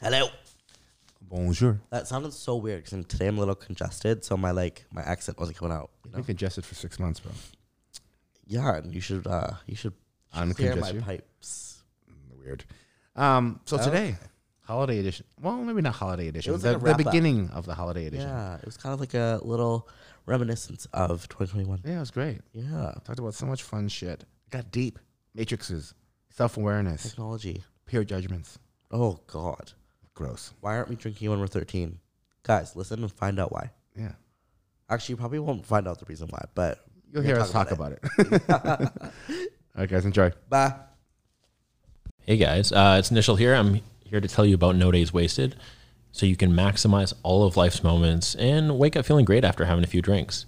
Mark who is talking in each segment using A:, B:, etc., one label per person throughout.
A: Hello.
B: Bonjour.
A: That sounded so weird because today I'm a little congested, so my like my accent wasn't coming out. You
B: I've been
A: know?
B: congested for six months, bro.
A: Yeah, and you should uh you should
B: I'm
A: clear my
B: congested.
A: pipes.
B: Weird. Um, so
A: Oh.
B: today, holiday edition. Well, maybe not holiday edition.
A: was
B: the,
A: like a
B: the
A: wrap-up.
B: beginning of the holiday edition. Yeah.
A: Yeah, it was kind of like a little reminiscence of 2021.
B: it was great.
A: Yeah,
B: Talked about so much fun shit. Got deep. Matrixes. Self awareness.
A: technology.
B: Peer judgments.
A: Oh God,
B: Gross.
A: why aren't we drinking when we're 13? Guys, listen and find out why.
B: Yeah.
A: Actually, you probably won't find out the reason why, but
B: You'll
A: we're
B: hear
A: gonna
B: us talk about it. All right, guys, enjoy.
A: it. Bye.
C: Hey guys, uh, it's Nishal here. I'm here to tell you about No Days Wasted so you can maximize all of life's moments and wake up feeling great after having a few drinks.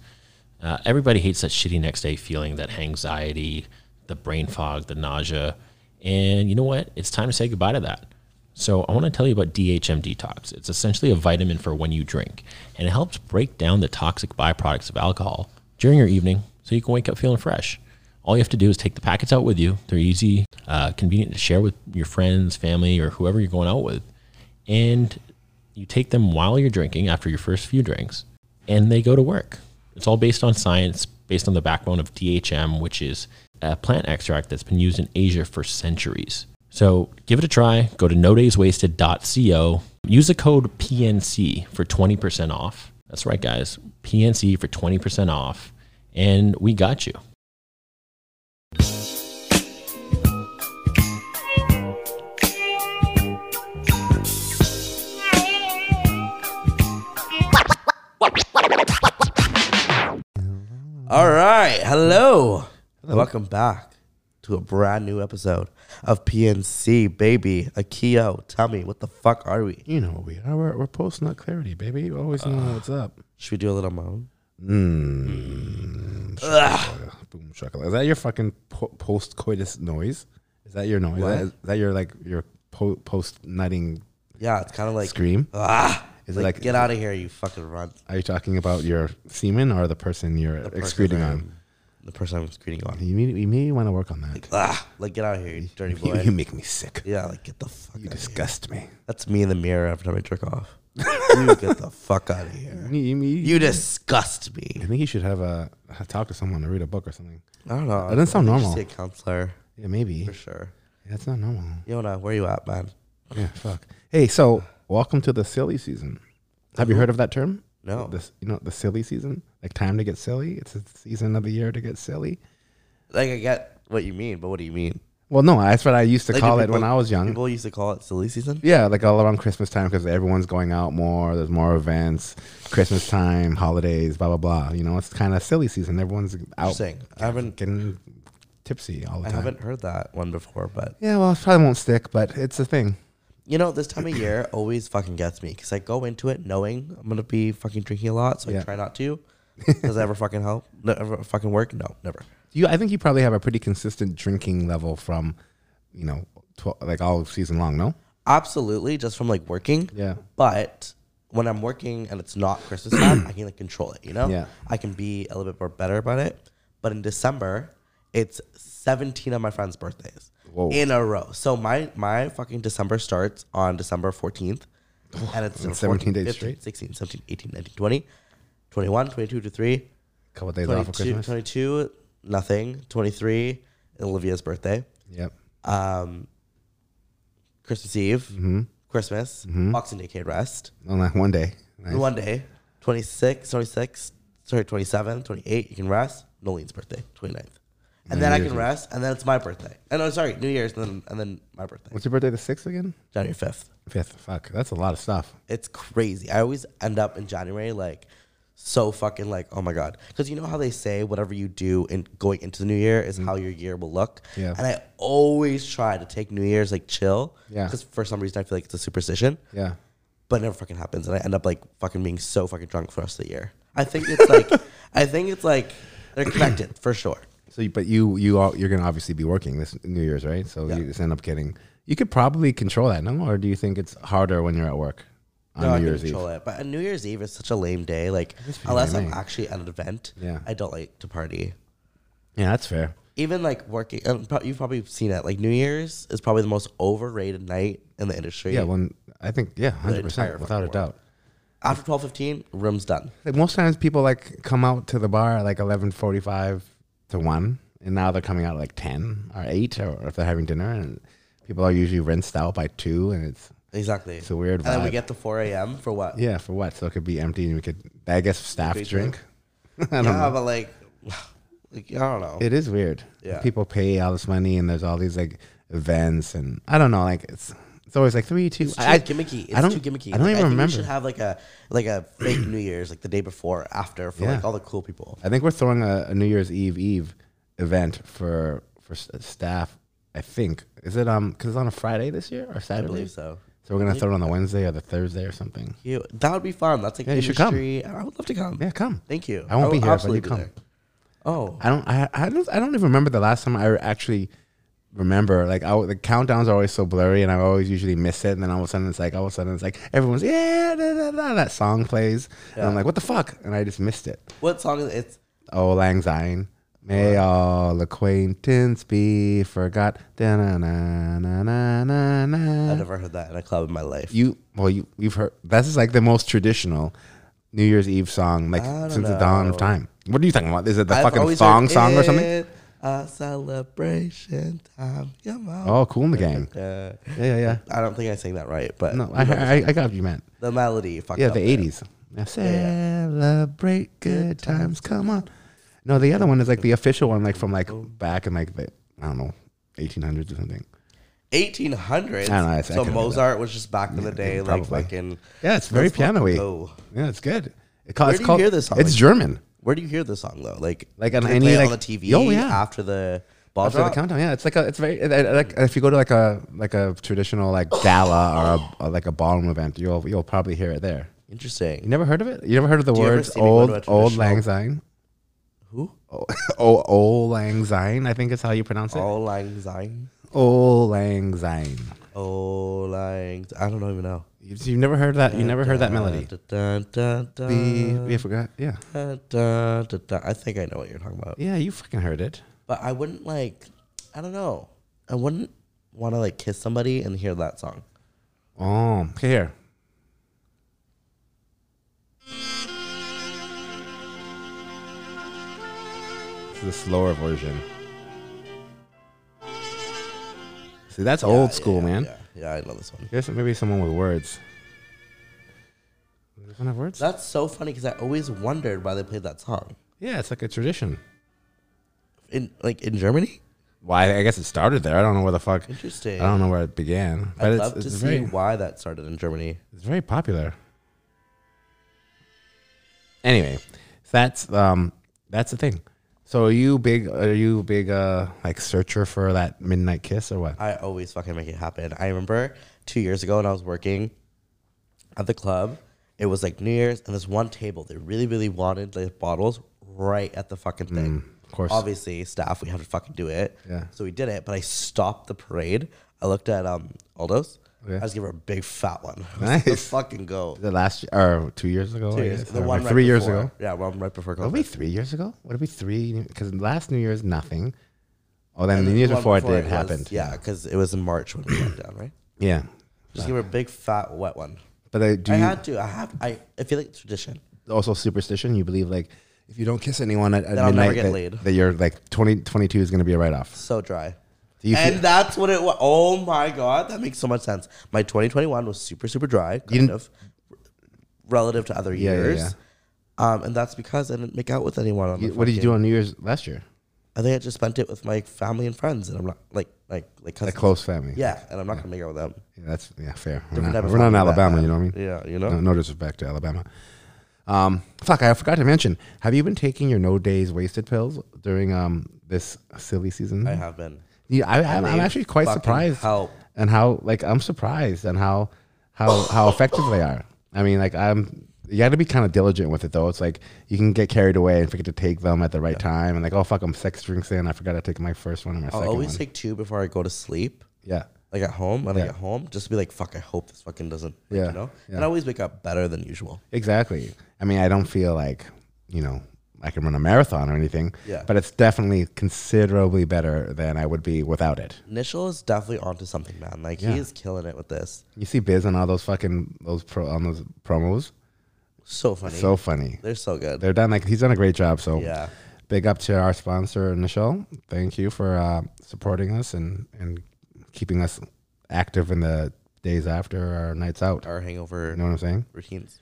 C: Uh, everybody hates that shitty next day feeling, that anxiety, the brain fog, the nausea. And you know what? It's time to say goodbye to that. So I want to tell you about DHM Detox. It's essentially a vitamin for when you drink, and it helps break down the toxic byproducts of alcohol during your evening so you can wake up feeling fresh. All you have to do is take the packets out with you. They're easy, uh, convenient to share with your friends, family, or whoever you're going out with. And you take them while you're drinking after your first few drinks, and they go to work. It's all based on science, based on the backbone of DHM, which is a plant extract that's been used in Asia for centuries. So give it a try. Go to nodayswasted.co. Use the code PNC for 20% off. That's right, guys. PNC for 20% off. And we got you.
A: All right, hello. Welcome back to a brand new episode of PNC, baby. Akio, tell me, what the fuck are we?
B: You know what we are. We're, we're post nut clarity, baby. You always know what's up.
A: Should we do a little moan?
B: Mm. Shakalaka. Boom shakalaka. Is that your fucking po- post coitus noise? Is that your noise? Is that, is that your like your po- post nutting
A: Yeah, it's kind of like
B: scream?
A: ah,
B: Is it
A: like,
B: like-
A: get out of here, you fucking runt.
B: Are you talking about your semen or the person you're excreting on?
A: The person I'm screening on.
B: You may, you may want to work on that.
A: Ah, like get out of here, you dirty
B: You,
A: boy.
B: you make me sick.
A: Yeah, like get the fuck.
B: You
A: Out of here.
B: disgust me.
A: That's me in the mirror every time I jerk off. you get the fuck out of here.
B: You, you- you-
A: You disgust
B: I
A: me.
B: think you should have a talk to someone or read a book or something.
A: I don't know.
B: That doesn't sound
A: I should
B: normal.
A: See a counselor
B: Yeah, maybe.
A: for sure.
B: That's not normal.
A: Yona, where you at, man?
B: Yeah, fuck. Hey, so welcome to the silly season. Have you heard of that term?
A: No.
B: This, you know, the silly season, like time to get silly. It's a season of the year to get silly.
A: Like I get what you mean, but what do you mean?
B: Well, no, that's what I used to
A: Like, do
B: call it
A: people-
B: when I was young.
A: People used to call it silly season.
B: Yeah, like all around Christmas time because everyone's going out more. There's more events, Christmas time, holidays, blah blah blah. You know, it's kind of silly season. Everyone's out
A: Interesting. I haven't
B: getting tipsy all the
A: I
B: time.
A: haven't heard that one before, but
B: Yeah, well, it probably won't stick, but it's a thing.
A: you know this time of year always fucking gets me because I go into it knowing I'm gonna be fucking drinking a lot, so I
B: Yeah.
A: try not to. Does that ever fucking help? Never fucking work? No, never.
B: You, I think you probably have a pretty consistent drinking level from, you know, tw- like all season long. No,
A: Absolutely, just from like working.
B: Yeah.
A: But when I'm working and it's not Christmas time, I can like control it. You know.
B: Yeah.
A: I can be a little bit more better about it. But in December, it's 17 of my friends' birthdays
B: Whoa.
A: in a row. So my my fucking December starts on December 14th. And it's
B: That's 17 days
A: 14th, 15th,
B: straight.
A: 16, 17, 18, 19, 20, 21, 22, 23,
B: couple days off of
A: 22,
B: Christmas.
A: 22, nothing, 23, Olivia's birthday
B: Yep.
A: um, Christmas Eve,
B: Mm-hmm.
A: Christmas, Boxing Day Kid Rest,
B: On that one day. Nice.
A: one day, 26, 26, sorry, 27, 28, you can rest, Nolene's birthday, 29th. And then I can
B: Year's.
A: rest, and then it's my birthday. And oh, sorry, New Year's, and then, and then my birthday,
B: What's your birthday? The sixth again?
A: January 5th.
B: Fifth. Fuck, that's a lot of stuff.
A: It's crazy. I always end up in January like so fucking like oh my god because you know how they say whatever you do in going into the new year is how your year will look
B: Mm. Yeah.
A: and i always try to take new year's like chill
B: Yeah.
A: because for some reason i feel like it's a superstition
B: Yeah.
A: but it never fucking happens and i end up like fucking being so fucking drunk for the rest of the year i think it's like i think it's like they're connected for sure
B: So, you- but you you all, you're gonna obviously be working this New Year's, right? So you just end up getting. You could probably control that, no? Or do you think it's harder when you're at work on
A: no, I
B: New
A: can
B: Year's Eve?
A: control it. But on New Year's Eve is such a lame day. Like,
B: pretty
A: unless
B: lame,
A: I'm
B: eh?
A: actually at an event,
B: Yeah.
A: I don't like to party.
B: Yeah, that's fair.
A: even like working, um, and pro- you've probably seen it. Like New Year's is probably the most overrated night in the industry.
B: Yeah, when I think yeah, hundred
A: entire
B: percent, without a doubt.
A: After twelve fifteen, room's done.
B: Like most times, people like come out to the bar at like eleven forty-five to one, and now they're coming out at like ten or eight, or if they're having dinner, and people are usually rinsed out by two, and it's
A: Exactly.
B: it's a weird.
A: and then we
B: vibe.
A: get to four a.m. for what?
B: yeah for what? So it could be empty, and we could I guess staff
A: Big
B: drink.
A: drink.
B: I don't
A: Yeah,
B: know.
A: but like, like, I don't know.
B: It is weird.
A: Yeah.
B: people pay all this money, and there's all these like events, and I don't know. Like it's it's always like three, two.
A: It's too
B: I, I-
A: gimmicky. It's
B: I don't,
A: too gimmicky.
B: I don't
A: Like,
B: even
A: think
B: remember.
A: We should have like a like a fake New Year's, like the day before, after, for like
B: Yeah.
A: all the cool people.
B: I think we're throwing a, a New Year's Eve Eve event for for s- staff. I think is it um because it's on a Friday this year or
A: I
B: Saturday.
A: believe so.
B: So we're gonna throw it on the Wednesday or the Thursday or something.
A: You, that would be fun. That's like
B: Yeah, you should come.
A: industry. I would love to come.
B: Yeah, come.
A: Thank you.
B: I won't
A: will
B: be here, but
A: absolutely
B: you
A: be
B: come.
A: there. Oh,
B: I don't. I, I don't. I don't even remember the last time I actually remember. Like I, the countdowns are always so blurry, and I always usually miss it. And then all of a sudden, it's like all of a sudden, it's like everyone's yeah, da, da, da, that song plays, and I'm
A: Yeah.
B: like, what the fuck? And I just missed it.
A: what song is it? It's
B: Oh, Lang Syne. May all acquaintance be forgot. Da, na, na, na, na, na, na.
A: I've never heard that in a club in my life.
B: You well, you you've heard. This is like the most traditional New Year's Eve song, like
A: I don't
B: since the dawn of
A: know.
B: time. What are you talking about? Is it the
A: I've
B: fucking
A: always
B: thong
A: heard,
B: song or something?
A: "It's A celebration time. Come on.
B: Oh, cool in the gang.
A: Uh,
B: Yeah, yeah, yeah.
A: I don't think I sang that right, but
B: No, I, I, I got what you, meant.
A: the melody. Fucked
B: Yeah,
A: up
B: the
A: there.
B: eighties. Celebrate good times. Come on. No, the other one is like the official one, like from like back in like the I don't know, eighteen hundreds or something.
A: 1800s.
B: I know, I- I
A: so
B: could've done
A: Mozart was just back in the day,
B: yeah,
A: like
B: probably.
A: fucking.
B: Yeah, it's very
A: let's fucking
B: piano-y.
A: go.
B: Yeah, it's good. It ca-
A: Where
B: it's
A: do you
B: called.
A: hear this song?
B: It's German.
A: Where do you hear this song though? Like,
B: Like
A: do
B: on
A: they
B: any,
A: play it
B: like-
A: on the TV.
B: Oh, yeah.
A: after the ball
B: After the
A: drop?
B: countdown, yeah, it's like a, it's very it- it- like if you go to like a like a traditional like gala or, a, or like a ballroom event, you'll you'll probably hear it there. You
A: Interesting.
B: never heard of it? You never heard of the
A: Do you ever
B: words
A: see me go to
B: old
A: a
B: old lang
A: traditional-
B: syne?
A: Who?
B: Oh, oh, old lang syne. I think is how you pronounce it.
A: All Lang Syne.
B: Old lang syne.
A: Oh, Lang. I don't even know.
B: You've, you've never heard that. You never heard that melody.
A: Dun, dun, dun,
B: The,
A: dun,
B: we forgot. Yeah,
A: dun, dun, dun, dun. I think I know what you're talking about.
B: yeah. You fucking heard it.
A: But I wouldn't like. I don't know. I wouldn't want to like kiss somebody and hear that song.
B: Oh, okay, here. This is a slower version. See, that's old
A: Yeah,
B: school,
A: yeah,
B: man.
A: Yeah, yeah, I know this one.
B: Here's maybe someone with words. Does one have words?
A: That's so funny because I always wondered why they played that song
B: yeah, it's like a tradition.
A: in like in Germany.
B: Why? I guess it started there. I don't know where the fuck. I
A: Interesting.
B: don't know where it began, but
A: I'd
B: it's,
A: love
B: it's
A: to see
B: very
A: why that started in Germany.
B: It's very popular. Anyway, that's um that's the thing. So are you big are you a big uh like searcher for that midnight kiss or what?
A: I always fucking make it happen. I remember two years ago when I was working at the club, it was like New Year's, and this one table they really, really wanted like bottles right at the fucking thing.
B: of course.
A: Obviously, staff, we had to fucking do it.
B: Mm. Yeah.
A: So we did it, but I stopped the parade. I looked at um Aldo's.
B: Yeah.
A: I just gave her a big fat one.
B: Nice.
A: Let's fucking go.
B: The last or two years ago?
A: Two
B: I
A: years.
B: guess,
A: The
B: or
A: one
B: like
A: right
B: three years
A: before-
B: ago.
A: Yeah, one right before
B: Would it
A: COVID.
B: be three years ago? Would it be three? Because last New Year's nothing. Oh, then
A: And
B: the
A: then
B: years
A: one
B: before, it did
A: was-
B: happened.
A: Yeah, because it was in March when we went down, right?
B: yeah.
A: Just give her a big fat wet one.
B: But uh, do
A: I
B: you
A: had to. I have. I. I feel like it's tradition.
B: also superstition? You believe like if you don't kiss anyone at, at
A: Then I'll never
B: midnight,
A: get
B: that,
A: laid.
B: that you're like 20, 22 is going to be a write off.
A: So dry.
B: Do you
A: and
B: feel-
A: that's what it was. Oh my god, that makes so much sense. My 2021 was super super dry, kind
B: didn't-
A: of, relative to other
B: Yeah, yeah,
A: years. Um, and that's because I didn't make out with anyone. On the
B: You- What did you do
A: fucking-
B: on New Year's last year?
A: I think I just spent it with my family and friends, and I'm not like like like
B: A
A: cousins.
B: close family.
A: Yeah, and I'm not gonna make out with them.
B: Yeah, that's yeah, fair. We're
A: Different
B: not,
A: type of
B: we're not in
A: family back
B: Alabama,
A: then.
B: you know what I mean?
A: Yeah, you know.
B: No, no disrespect to Alabama. Um, fuck, I forgot to mention. Have you been taking your no days wasted pills during um this silly season?
A: I have been.
B: Yeah, I, I'm, I'm
A: need
B: actually quite
A: fucking
B: surprised.
A: help.
B: And how like I'm surprised and how how how effective they are. I mean, like I'm. You got to be kind of diligent with it though. It's like you can get carried away and forget to take them at the right time, and like oh fuck, I'm six drinks in. I forgot to take my first one and my
A: I'll
B: second
A: Oh, always
B: one.
A: take two before I go to sleep.
B: yeah.
A: like at home when I
B: Yeah.
A: get home, just be like, fuck, I hope this fucking doesn't, like,
B: Yeah,
A: you know?
B: yeah.
A: And I always wake up better than usual.
B: Exactly. I mean, I don't feel like, you know, I can run a marathon or anything.
A: Yeah.
B: But it's definitely considerably better than I would be without it.
A: Initial is definitely onto something, man. Like he is killing it with this.
B: You see Biz on all those fucking those pro on those promos.
A: So funny.
B: So funny.
A: They're so good.
B: They're done like he's done a great job. So
A: yeah.
B: big up to our sponsor Nichelle. Thank you for uh, supporting us and and keeping us active in the days after our nights out.
A: Our hangover
B: You know what I'm saying?
A: routines.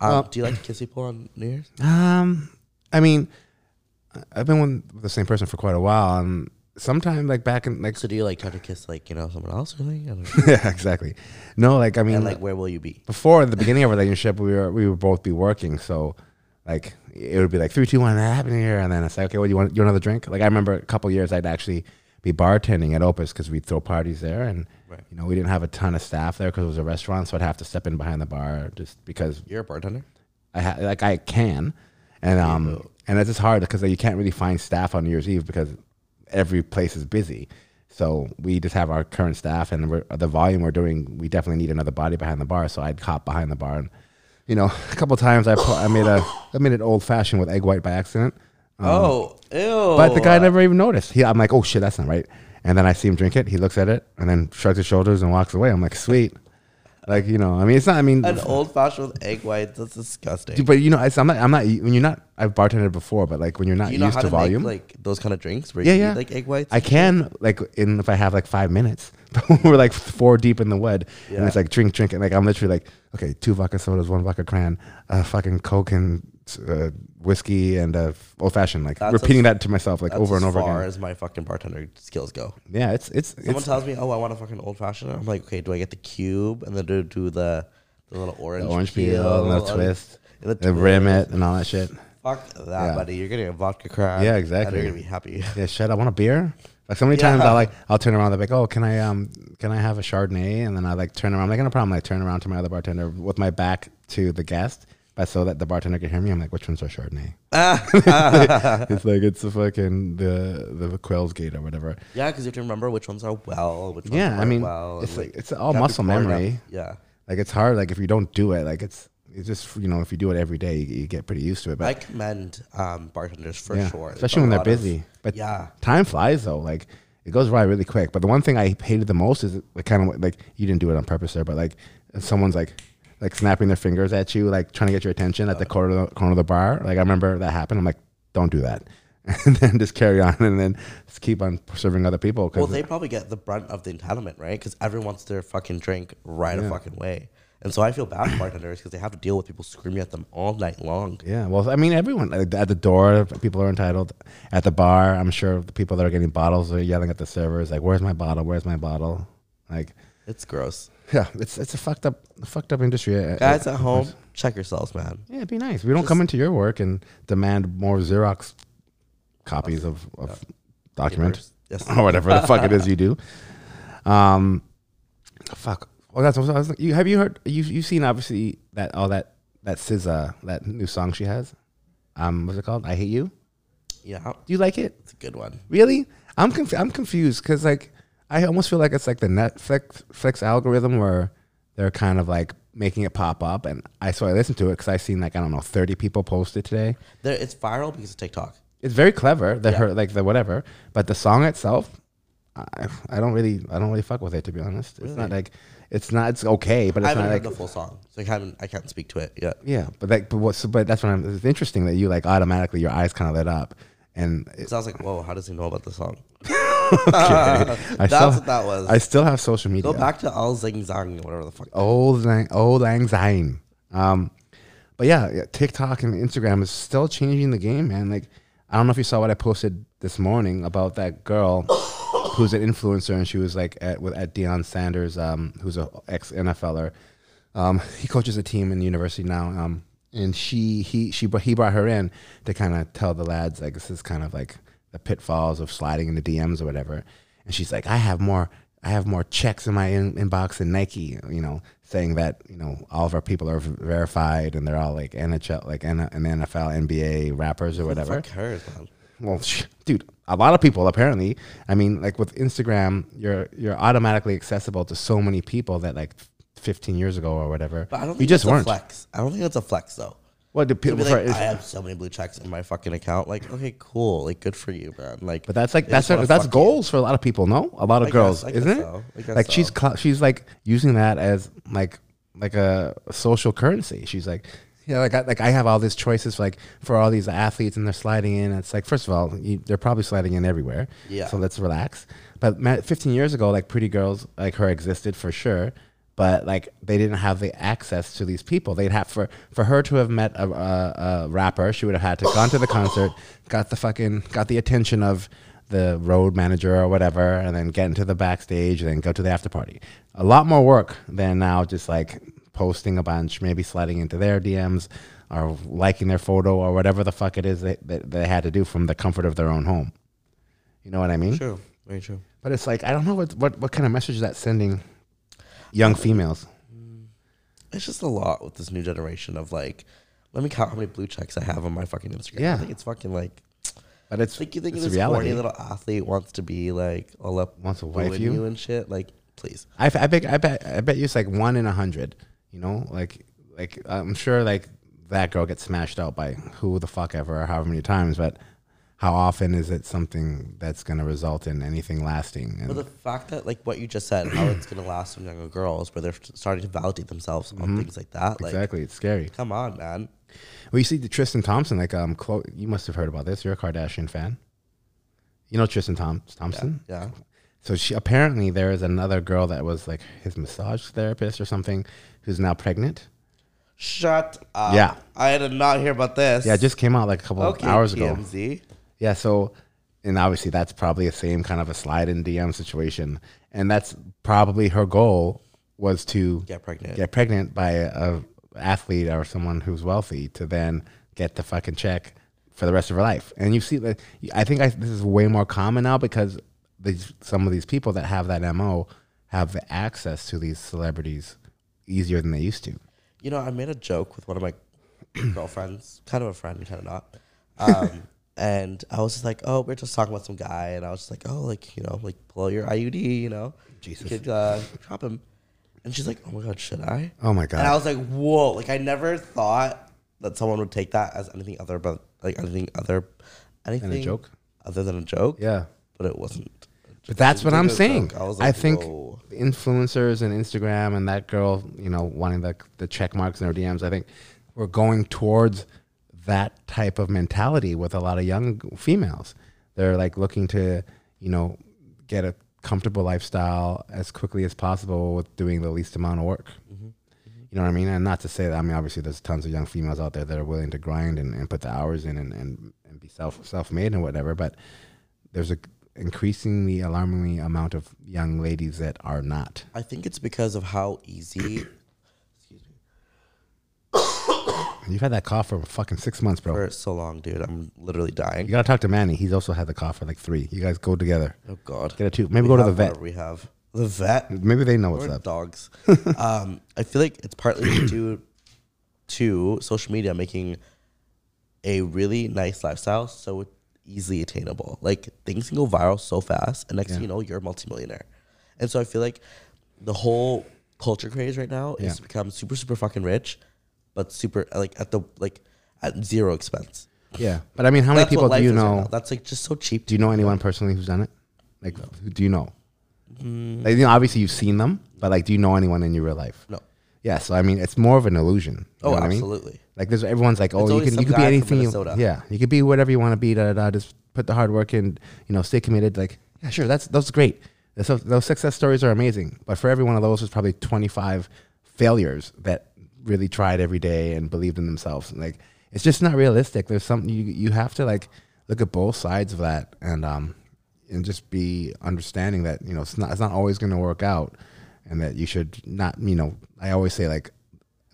A: Um,
B: Uh,
A: do you like kissy pool on New Year's?
B: Um, I mean, I- I've been with the same person for quite a while, and sometime like back in like
A: So do you like try to kiss like you know someone else or something? I don't know.
B: yeah, exactly. No, like I mean,
A: And like where will you be?
B: before the beginning of our relationship, we were we would both be working, so like it would be like three, two, one, that happened here, and then it's like, okay, what do you want? You want another drink? Like I remember a couple years, I'd actually be bartending at Opus because we'd throw parties there, and
A: Right.
B: you know we didn't have a ton of staff there because it was a restaurant, so I'd have to step in behind the bar just because
A: You're a bartender.
B: I ha- like I can, and um and it's just hard because like, you can't really find staff on New Year's Eve because every place is busy. So we just have our current staff, and we're, the volume we're doing, we definitely need another body behind the bar. So I'd cop behind the bar, and you know, a couple times I pu- I made a I made an old fashioned with egg white by accident,
A: oh, ew.
B: Um, but the guy never even noticed. He, I'm like, oh shit, that's not right. And then I see him drink it. He looks at it and then shrugs his shoulders and walks away. I'm like, sweet, like you know, I mean, it's not. I mean,
A: An old fashioned with egg whites. That's disgusting.
B: Dude, but you know, it's, I'm not. I'm not. When you're not, I've bartended before, but like when you're not
A: you know
B: used
A: how
B: to
A: to,
B: volume,
A: make like those kind of drinks where
B: yeah,
A: you
B: yeah,
A: eat like egg whites.
B: I can like in if I have like five minutes, but when we're like four deep in the wood, and
A: Yeah.
B: it's like drink, drink, and like I'm literally like, okay, two vodka sodas, one vodka cran, a fucking coke and uh, whiskey and uh, old fashioned. Like
A: That's
B: repeating
A: as-
B: that to myself like
A: That's
B: over
A: as
B: and over
A: far
B: again.
A: as my fucking bartender skills go.
B: Yeah, it's it's
A: Someone
B: it's
A: tells me, "Oh, I want a fucking old fashioned." I'm like, "Okay, do I get the cube and then do, do the the little orange
B: the orange peel and the twist,
A: and the
B: the rim it and all that shit.
A: Fuck that, buddy! You're getting a vodka crack.
B: Yeah,
A: And
B: exactly.
A: you're gonna be happy.
B: yeah, shit, I want a beer. Like so many times I like I'll turn around, they're like, Oh, can I um can I have a Chardonnay? And then I like turn around, I'm like no problem, I turn around to my other bartender with my back to the guest, but so that the bartender can hear me, I'm like, Which one's our Chardonnay? it's like it's the fucking the the Quell's Gate or whatever.
A: Yeah, because you have to remember which ones are well, which ones
B: Yeah, I
A: aren't
B: mean,
A: well. and,
B: it's like- it's
A: you
B: all
A: have to
B: muscle
A: pour it up.
B: memory.
A: Yeah,
B: Like it's hard, like if you don't do it, like it's it's just you know, if you do it every day you, you get pretty used to it. But
A: I commend um, bartenders for
B: Yeah,
A: sure, It's
B: especially when
A: a
B: they're
A: lot of-
B: busy. But
A: yeah,
B: time flies though. Like it goes by really quick. But the one thing I hated the most is like kind of like you didn't do it on purpose there, but like if someone's like like snapping their fingers at you, like trying to get your attention at the corner of the, corner of the bar. Like I remember that happened. I'm like, don't do that, and then just carry on, and then just keep on serving other people. 'cause
A: well, they probably get the brunt of the entitlement, right? Because everyone wants their fucking drink right a fucking way, and so I feel bad for bartenders because they have to deal with people screaming at them all night long.
B: Yeah, well, I mean, everyone like, at the door, people are entitled. At the bar, I'm sure the people that are getting bottles are yelling at the servers, like, "Where's my bottle? Where's my bottle?" Like,
A: It's gross,
B: yeah, it's it's a fucked up, fucked up industry.
A: guys at home. Check yourselves, man.
B: Yeah, it'd be nice. We don't come into your work and demand more Xerox copies of, of document
A: Papers. Yes.
B: or whatever the fuck it is you do. Um, fuck. Well, that's what I was. You have you heard? You you've seen obviously that all that that SZA that new song she has. Um, what's it called? I hate you.
A: Yeah,
B: Do you like it?
A: it's a good one.
B: Really? I'm conf- I'm confused because like I almost feel like it's like the Netflix Netflix algorithm where they're kind of like making it pop up, and I so I listened to it because I seen like I don't know 30 people post it today.
A: There, it's viral because of TikTok.
B: It's very clever. The her like the whatever, but the song itself, I, I don't really I don't really fuck with it to be honest. It's not like it's not it's okay, but
A: I
B: it's
A: haven't
B: not
A: heard
B: like
A: the full song, so I haven't. I can't speak to it yet.
B: yeah. But like but what's but that's what I'm. It's interesting that you like automatically your eyes kind of lit up, and it,
A: So I was like, "Whoa, how does he know about the song?"
B: I
A: That's what that was.
B: I still have social media.
A: Go back to all zing zang, whatever the fuck.
B: old lang, old lang syne. Um, but yeah, yeah, TikTok and Instagram is still changing the game, man. Like, I don't know if you saw what I posted this morning about that girl who's an influencer, and she was like at with at Deion Sanders, um, who's a ex NFLer. Um, he coaches a team in the university now. Um, and she he she br- he brought her in to kind of tell the lads like this is kind of like the pitfalls of sliding into DMs or whatever. And she's like, I have more I have more checks in my in- inbox than Nike, you know, saying that you know all of our people are v- verified and they're all like NHL like N- an NFL NBA rappers or whatever
A: Fuck hers, man.
B: well, sh- dude, a lot of people apparently. I mean, like with Instagram, you're you're automatically accessible to so many people that like 15 years ago or whatever,
A: But I don't. Think
B: you just
A: that's a
B: weren't.
A: flex. I don't think that's a flex though.
B: What do
A: He'll
B: people?
A: be like,
B: for- is-
A: I have so many blue checks in my fucking account. Like, okay, cool. Like, good for you, man. Like,
B: But that's like
A: they
B: that's
A: just wanna
B: that's
A: fuck you.
B: goals for a lot of people. No, a lot of
A: I guess-
B: girls,
A: I guess
B: isn't it?
A: so. I guess
B: like she's
A: so.
B: cla- she's like using that as like like a social currency. She's like, yeah, like I, like I have all these choices like for all these athletes, and they're sliding in. It's like first of all, you, they're probably sliding in everywhere.
A: Yeah.
B: So let's relax. But ma- 15 years ago, like pretty girls like her existed for sure. But like they didn't have the access to these people. They'd have for for her to have met a, a, a rapper, she would have had to gone to the concert, got the fucking got the attention of the road manager or whatever, and then get into the backstage, and then go to the after party. A lot more work than now, just like posting a bunch, maybe sliding into their DMs or liking their photo or whatever the fuck it is that, that they had to do from the comfort of their own home. You know what I mean?
A: True. Very true.
B: But it's like I don't know what, what what kind of message that's sending young females.
A: It's just a lot with this new generation of like, let me count how many blue checks I have on my fucking Instagram. I
B: Yeah.
A: think it's fucking like,
B: But it's
A: like you think
B: it's
A: this
B: reality.
A: corny little athlete wants to be like all up,
B: Wants to
A: wooing
B: wife you?
A: and shit. Like, please.
B: I, I bet I bet I bet you it's like one in a hundred. You know, like like I'm sure like that girl gets smashed out by who the fuck ever, or however many times. But how often is it something that's going to result in anything lasting? And
A: But the fact that like what you just said, how it's gonna last in younger girls, where they're starting to validate themselves
B: Mm-hmm.
A: on things like that. Like,
B: exactly, it's scary.
A: come on, man.
B: Well, you see the Tristan Thompson, like um, Khlo- you must have heard about this. You're a Kardashian fan. You know Tristan Thom- Thompson.
A: Yeah.
B: So she apparently there is another girl that was like his massage therapist or something who's now pregnant.
A: Shut up.
B: Yeah.
A: I did not hear about this.
B: Yeah, it just came out like a couple of
A: okay,
B: hours ago.
A: TMZ.
B: Yeah, so and obviously that's probably the same kind of a slide in DM situation, and that's probably her goal was to
A: Get pregnant.
B: get pregnant by a athlete or someone who's wealthy to then get the fucking check for the rest of her life. And you see that I think I, this is way more common now because these, some of these people that have that mo have the access to these celebrities easier than they used to.
A: You know, I made a joke with one of my girlfriends, kind of a friend, kind of not. Um, and I was just like, oh, we are just talking about some guy. And I was just like, oh, like, you know, like pull out your IUD, you know,
B: Jesus.
A: you could uh, drop him. And she's like, oh my God, should I?
B: Oh my
A: And I
B: god!
A: was like, whoa, like I never thought that someone would take that as anything other but like anything other, anything
B: joke?
A: other than a joke.
B: Yeah.
A: But it wasn't.
B: But that's what I'm
A: Like a
B: saying.
A: joke.
B: I,
A: I was like,
B: think
A: whoa.
B: the influencers and Instagram and that girl, you know, wanting the the check marks in her DMs. I think we're going towards that type of mentality with a lot of young females. They're like looking to, you know, get a comfortable lifestyle as quickly as possible with doing the least amount of work.
A: Mm-hmm.
B: You know what I mean? And not to say that, I mean, obviously, there's tons of young females out there that are willing to grind and, and put the hours in and, and, and be self self made and whatever. But there's a increasingly alarmingly amount of young ladies that are not.
A: I think it's because of how easy
B: And you've had that cough for fucking six months, bro.
A: for so long, dude. I'm literally dying.
B: You gotta talk to Manny. He's also had the cough for like three. You guys go together.
A: Oh God.
B: Get a tooth. Maybe go to the
A: have
B: vet.
A: whatever We have the vet.
B: Maybe they know what's
A: We're
B: up.
A: dogs. um, I feel like it's partly due to social media making a really nice lifestyle so easily attainable. Like things can go viral so fast, and next thing you know, you're a multimillionaire. And so I feel like the whole culture craze right now is
B: Yeah.
A: to become super, super fucking rich, but super like at the like at zero expense.
B: Yeah, but I mean, how many
A: That's
B: people
A: what life
B: do you
A: is right
B: know?
A: now. That's like just so cheap.
B: do you know anyone personally who's done it? Like, who do you know? Like, you know, obviously you've seen them, but like, do you know anyone in your real life?
A: Mm. No.
B: Yeah, so I mean, it's more of an illusion. You
A: Oh,
B: know what I mean?
A: absolutely.
B: Like there's everyone's like, oh, you
A: always
B: can
A: some
B: you could
A: guy from
B: be anything. You,
A: Minnesota.
B: yeah, you could be whatever you want to be. Da, da, da, just put the hard work in. You know, stay committed. Like, yeah, sure, that's that's great. That's- Those, success stories are amazing. But for every one of those, there's probably 25 failures that really tried every day and believed in themselves. And like, it's just not realistic. There's something you you have to like look at both sides of that and um and just be understanding that you know it's not it's not always going to work out and that you should not you know I always say like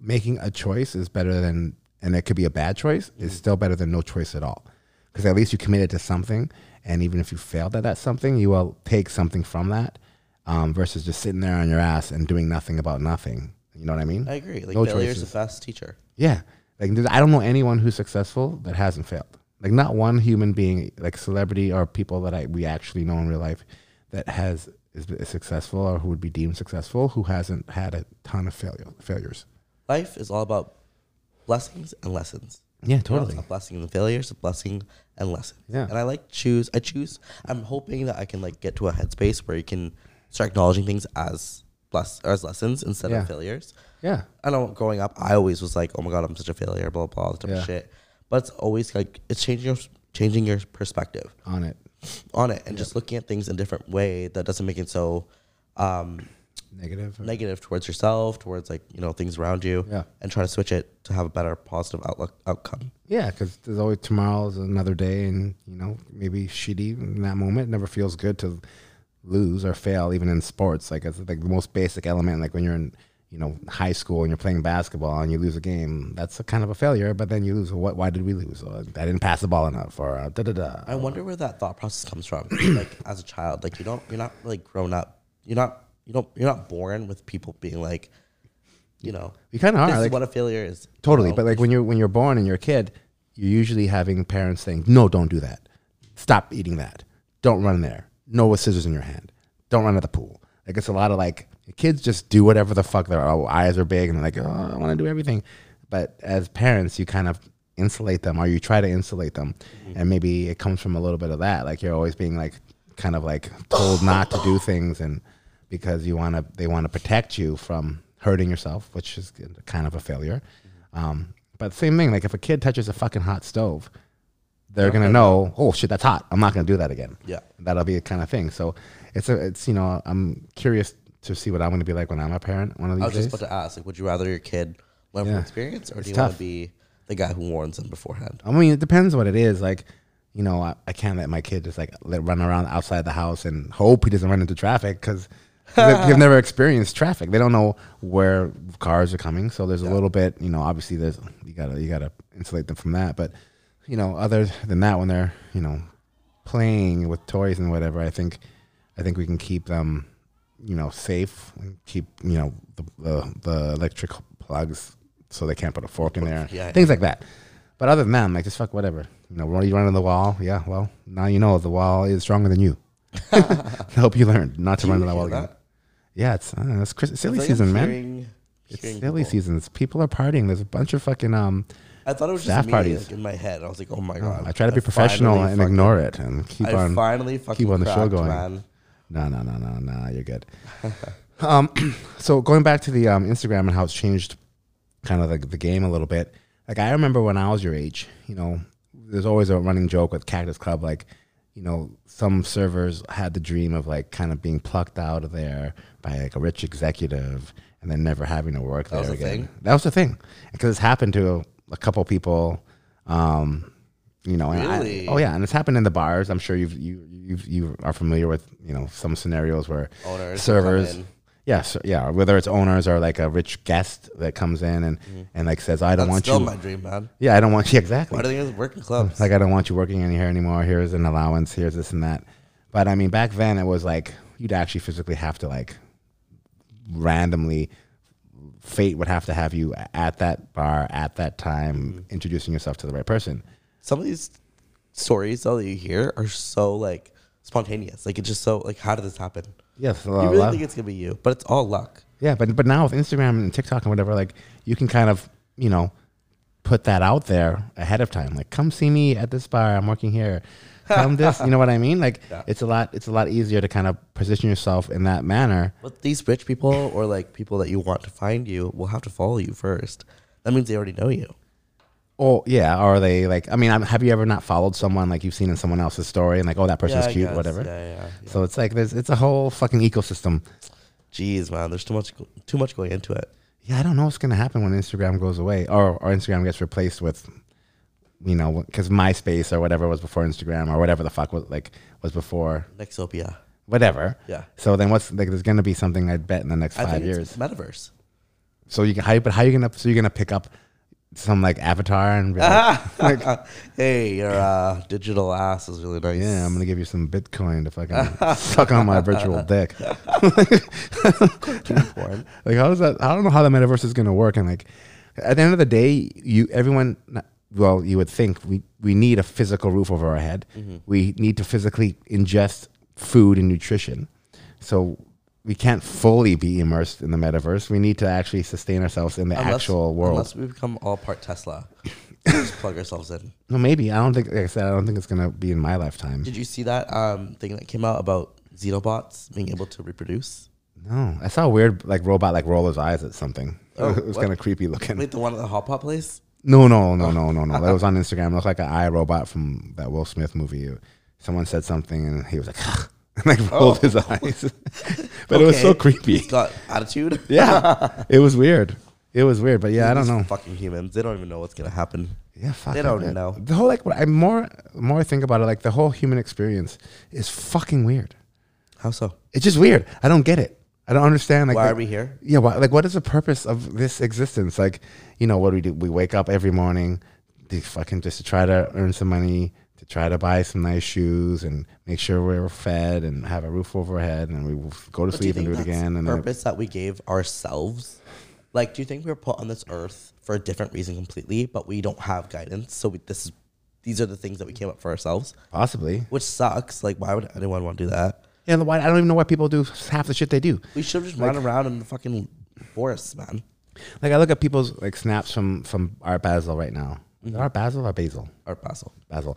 B: making a choice is better than and it could be a bad choice is still better than no choice at all because at least you committed to something and even if you failed at that something you will take something from that um, versus just sitting there on your ass and doing nothing about nothing you know what i mean
A: I agree. Like
B: No
A: failure is the
B: choices.
A: best teacher.
B: yeah like there's- i don't know anyone who's successful that hasn't failed like not one human being like celebrity or people that I, we actually know in real life that has is, is successful or who would be deemed successful who hasn't had a ton of failure, failures
A: life is all about blessings and lessons.
B: Yeah,
A: You know,
B: totally.
A: It's a blessing and failure. It's a blessing and lesson.
B: Yeah.
A: And I like choose. I choose. I'm hoping that I can like get to a headspace where you can start acknowledging things as bless or as lessons instead
B: Yeah.
A: of failures.
B: Yeah.
A: I know growing up, I always was like, oh my god, I'm such a failure, blah blah, all that type
B: Yeah.
A: of shit. But it's always like it's changing your changing your perspective
B: On it.
A: on it and just looking at things in a different way that doesn't make it so um,
B: Negative. or-
A: negative towards yourself, towards like you know things around you,
B: Yeah.
A: and try to switch it to have a better positive outlook outcome.
B: Yeah, because there's always tomorrow's another day, and you know maybe shitty in that moment. It never feels good to lose or fail, even in sports. Like it's like the most basic element. Like when you're in you know high school and you're playing basketball and you lose a game, that's a kind of a failure. But then you lose. What? Why did we lose? Or, I didn't pass the ball enough. Or uh, da da da.
A: I wonder where that thought process comes from. like as a child, like you don't, you're not like grown up. You're not, you don't, you're not born with people being like, you know,
B: You kind of
A: this
B: are
A: is
B: like
A: what a failure is. you
B: totally.
A: know?
B: But like when you're when you're born and you're a kid, you're usually having parents saying, "No, don't do that. Stop eating that. Don't run there. No with scissors in your hand. Don't run at the pool." Like it's a lot of like kids just do whatever the fuck their eyes are big and like oh, I want to do everything. But as parents, you kind of insulate them or you try to insulate them, and maybe it comes from a little bit of that. Like you're always being like kind of like told not to do things and because you want to they want to protect you from hurting yourself which is kind of a failure um, but same thing like if a kid touches a fucking hot stove they're gonna know oh shit that's hot i'm not gonna do that again
A: Yeah.
B: that'll be a kind of thing so it's a it's you know i'm curious to see what i'm gonna be like when i'm a parent one of
A: I
B: these
A: was just
B: days
A: about to ask, like, would you rather your kid learn
B: Yeah.
A: from experience, or
B: It's
A: do you want
B: tough.
A: to be the guy who warns them beforehand?
B: I mean, it depends what it is. Like, you know, I, I can't let my kid just like let, run around outside the house and hope he doesn't run into traffic because they've never experienced traffic. They don't know where cars are coming. So there's a little bit, you know, obviously there's you gotta you gotta insulate them from that. But you know, other than that, when they're you know playing with toys and whatever, I think I think we can keep them, you know, safe. and Keep you know the the, the electric plugs so they can't put a fork in there.
A: Yeah,
B: Things like that. But other than that, I'm like, just fuck whatever. You know, when you run on the wall, yeah, well, now you know the wall is stronger than you. I hope you learned not to
A: Do
B: run
A: you
B: to the wall
A: hear
B: again.
A: that?
B: Yeah, it's, I don't know, it's Chris, silly
A: I feel like I'm
B: season, man.
A: hearing-
B: It's
A: hearing
B: silly
A: people.
B: seasons. People are partying. There's a bunch of fucking um.
A: I thought it was
B: Staff
A: just me,
B: parties.
A: like, in my head. I was like, oh my god.
B: I try to be professional and ignore it and keep
A: I
B: on.
A: finally fucking
B: on the show
A: cracked,
B: going.
A: Man.
B: No, no, no, no, no. You're good. um, so going back to the um, Instagram and how it's changed, kind of the, the game a little bit. Like I remember when I was your age, you know, there's always a running joke with Cactus Club, like, you know, some servers had the dream of like kind of being plucked out of there by like a rich executive and then never having to work
A: That was
B: there
A: a
B: again.
A: thing?
B: That was the thing, because it's happened to a couple people. Um, you know, and I-
A: Really?
B: oh yeah, and it's happened in the bars. I'm sure you've you you've, you are familiar with you know some scenarios where
A: Owners will
B: servers,
A: come in.
B: yeah, so, yeah, whether it's owners or like a rich guest that comes in and and like says, I don't
A: Mm-hmm. That's
B: want
A: still
B: you,
A: my dream, man.
B: yeah, I don't want you exactly.
A: Why do they guys work in clubs?
B: Like I don't want you working in here anymore. Here's an allowance. Here's this and that. But I mean, back then it was like you'd actually physically have to like randomly fate would have to have you at that bar at that time
A: Mm-hmm.
B: introducing yourself to the right person.
A: some of these stories though that you hear are so like spontaneous. Like it's just so like how did this happen?
B: Yes, a
A: You
B: lot-
A: really
B: lot-
A: think it's gonna be you, but it's all luck.
B: Yeah, but but now with Instagram and TikTok and whatever, like you can kind of you know put that out there ahead of time. Like, come see me at this bar. I'm working here. Come this. You know what I mean? Like, it's a lot. It's a lot easier to kind of position yourself in that manner.
A: But these rich people or like people that you want to find you will have to follow you first. That means they already know you.
B: Oh yeah. Or they like? I mean, I'm, have you ever not followed someone like you've seen in someone else's story and like, oh, that person's
A: I
B: cute,
A: guess.
B: whatever.
A: Yeah, yeah, yeah.
B: So it's like there's it's a whole fucking ecosystem.
A: Jeez, man, there's too much go- too much going into it.
B: Yeah, I don't know what's gonna happen when Instagram goes away or or Instagram gets replaced with, you know, because MySpace or whatever was before Instagram or whatever the fuck was like was before
A: Nexopia.
B: whatever.
A: Yeah.
B: So then what's like? There's gonna be something I bet in the next
A: I
B: five
A: think
B: years.
A: it's metaverse.
B: So you can how you but how you gonna so you're gonna pick up some like avatar and be like, like,
A: hey, your uh, digital ass is really nice.
B: yeah, I'm gonna give you some Bitcoin to fucking suck on my virtual dick.
A: Too porn.
B: Like, how does that? I don't know how the metaverse is going to work. And like, at the end of the day, you everyone, well, you would think we we need a physical roof over our
A: Mm-hmm.
B: head. We need to physically ingest food and nutrition. So we can't fully be immersed in the metaverse. We need to actually sustain ourselves in the
A: Unless-
B: actual world.
A: Unless we become all part Tesla, just plug ourselves in.
B: no, maybe I don't think. Like I said, I don't think it's gonna be in my lifetime.
A: Did you see that um, thing that came out about xenobots being able to reproduce?
B: No, I saw a weird like robot like roll his eyes at something.
A: Oh,
B: it was
A: what?
B: kind of creepy looking.
A: Wait, the one at the hot pot place?
B: No, no, no, no, no, no. That was on Instagram. It looked like an iRobot from that Will Smith movie. Someone said something and he was like, and like rolled his eyes. but it was so
A: Oh. Okay.
B: creepy.
A: It's got attitude.
B: Yeah. it was weird. It was weird. But yeah, I don't
A: These
B: know.
A: Fucking humans. They don't even know what's gonna happen.
B: Yeah, fuck.
A: They
B: I
A: don't
B: bet.
A: know.
B: The whole like, I more more I think about it, like the whole human experience is fucking weird.
A: How so?
B: It's just weird. I don't get it. I don't understand. Like,
A: Why
B: the-
A: are we here?
B: Yeah, why, like, what is the purpose of this existence? Like, you know, what do we do? We wake up every morning, to fucking just to try to earn some money, to try to buy some nice shoes, and make sure we're fed and have a roof over our head, and we will go to
A: But
B: sleep and do it again.
A: the
B: And then,
A: purpose that we gave ourselves? Like, do you think we were put on this earth for a different reason completely, but we don't have guidance? So we, this is, these are the things that we came up for ourselves,
B: possibly,
A: which sucks. Like, why would anyone want to do that?
B: yeah. Why I don't even know why people do half the shit they do.
A: We should just run around in the fucking forest, man.
B: Like, I look at people's like snaps from from Art Basel right now. Art Basel or Basil?
A: Art Basel.
B: Basil.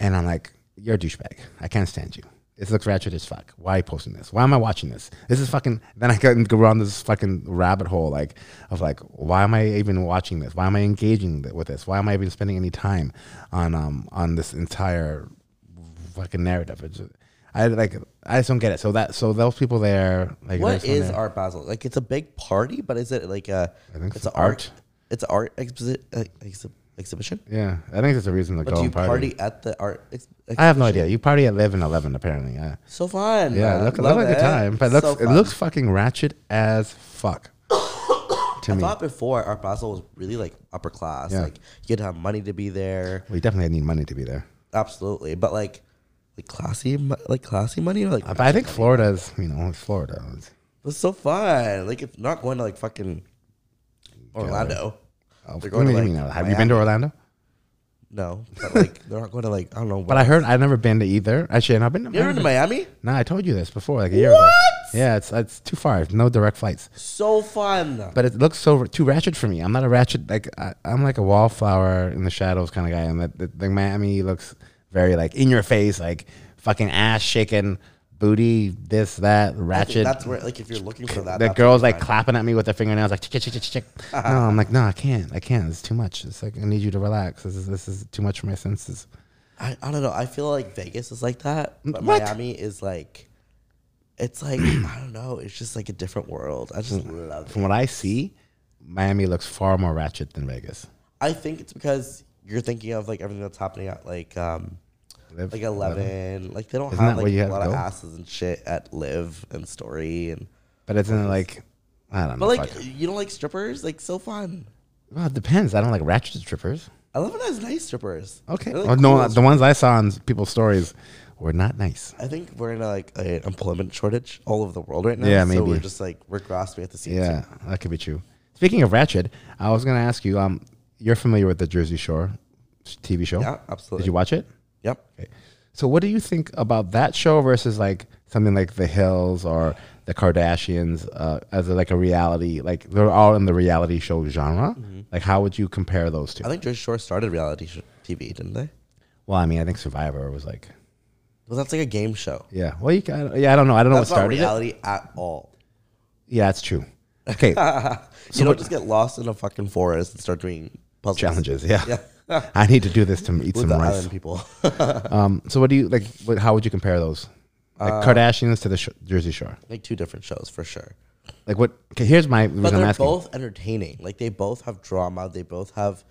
B: And I'm like, you're a douchebag. I can't stand you. This looks ratchet as fuck. Why are you posting this? Why am I watching this? This is fucking. Then I can go around this fucking rabbit hole, like of like, why am I even watching this? Why am I engaging th- with this? Why am I even spending any time on um on this entire fucking narrative? It's just- I like I just don't get it. So that so those people there, like
A: What
B: there's one
A: is
B: there-
A: Art Basel? Like, it's a big party, but is it like a?
B: I think
A: it's
B: so.
A: an art.
B: Art.
A: It's an art exposi- uh, exhi- exhibition.
B: Yeah, I think that's a reason to
A: But
B: go
A: do you
B: and party.
A: party at the art? Ex-
B: I have no
A: exhibition?
B: idea. You party at eleven eleven apparently. Yeah.
A: So fun.
B: Yeah,
A: man.
B: look, look
A: Uh, Love
B: like a
A: it.
B: time, but it looks
A: So
B: it
A: fun.
B: looks fucking ratchet as fuck. to
A: I
B: me,
A: thought before Art Basel was really like upper class.
B: Yeah.
A: Like you had to have money to be there.
B: we definitely need money to be there.
A: Absolutely, but like, like classy, mo- like classy money. Like
B: Uh, But I think Florida's, you know, it's Florida. It's-
A: that's so fun. Like if not going to like fucking Orlando.
B: oh,
A: They're going
B: what
A: to,
B: do you
A: like,
B: mean? Have you been to Orlando?
A: No, but like they're not going to like I don't know.
B: But I heard I've never been to either. Actually, and I've been. To
A: you ever been to Miami?
B: No, I told you this before, like a year ago. Yeah, it's it's too far. No direct flights.
A: So fun.
B: But it looks so too ratchet for me. I'm not a ratchet. Like I, I'm like a wallflower in the shadows kind of guy. And that, that like Miami looks very like in your face, like fucking ass shaking, booty, this that
A: I think
B: ratchet.
A: That's where like if you're looking for that.
B: the
A: that's where
B: girls
A: you
B: like
A: find it.
B: clapping at me with their fingernails, like chick, chick, chick, chick, chick. no, I'm like, no, I can't, I can't. It's too much. It's like I need you to relax. This is this is too much for my senses.
A: I, I don't know. I feel like Vegas is like that, but
B: What?
A: Miami is like, it's like I don't know. It's just like a different world. I just love.
B: From
A: It.
B: what I see, Miami looks far more ratchet than Vegas.
A: I think it's because you're thinking of like everything that's happening at like um
B: Live-
A: like eleven. Like they don't
B: Isn't that
A: have
B: where
A: like
B: you
A: a
B: have
A: lot
B: to
A: of
B: go?
A: asses and shit at Live and Story and.
B: But isn't it like, I don't know.
A: But like
B: fuck.
A: you don't like strippers, like so fun.
B: well, it depends. I don't like ratchet strippers.
A: Eleven has nice strippers.
B: Okay.
A: They're,
B: Oh,
A: like,
B: no,
A: cool.
B: the ones I saw in people's stories were not nice.
A: I think we're in a, like an employment shortage all over the world right now.
B: Yeah,
A: So we're
B: maybe.
A: just like we're grasping at the seams.
B: Yeah, that could be true. Speaking of ratchet, I was gonna ask you. Um, you're familiar with the Jersey Shore TV show?
A: Yeah, absolutely.
B: Did you watch it?
A: Yep.
B: Okay. So what do you think about that show versus like something like The Hills or The Kardashians uh, as a, like a reality? Like they're all in the reality show genre. Like how would you compare those two?
A: Mm-hmm. I think Jersey Shore started reality sh- TV, didn't they?
B: well, I mean, I think Survivor was like
A: Well, that's like a game show.
B: yeah. Well, you can, yeah, I don't know. I don't know
A: That's
B: what
A: not
B: started it.
A: reality at all.
B: Yeah, that's true. Okay,
A: you don't just get lost in a fucking forest and start doing puzzles.
B: challenges. Yeah.
A: Yeah.
B: I need to do this to eat
A: With
B: some
A: the
B: rice.
A: island people.
B: Um, so what do you like? What, how would you compare those? Like
A: Uh,
B: Kardashians to the sh- Jersey Shore.
A: like two different shows for sure.
B: Like what? Okay, here's my reason
A: But
B: I'm
A: they're
B: asking.
A: both entertaining. Like they both have drama. They both have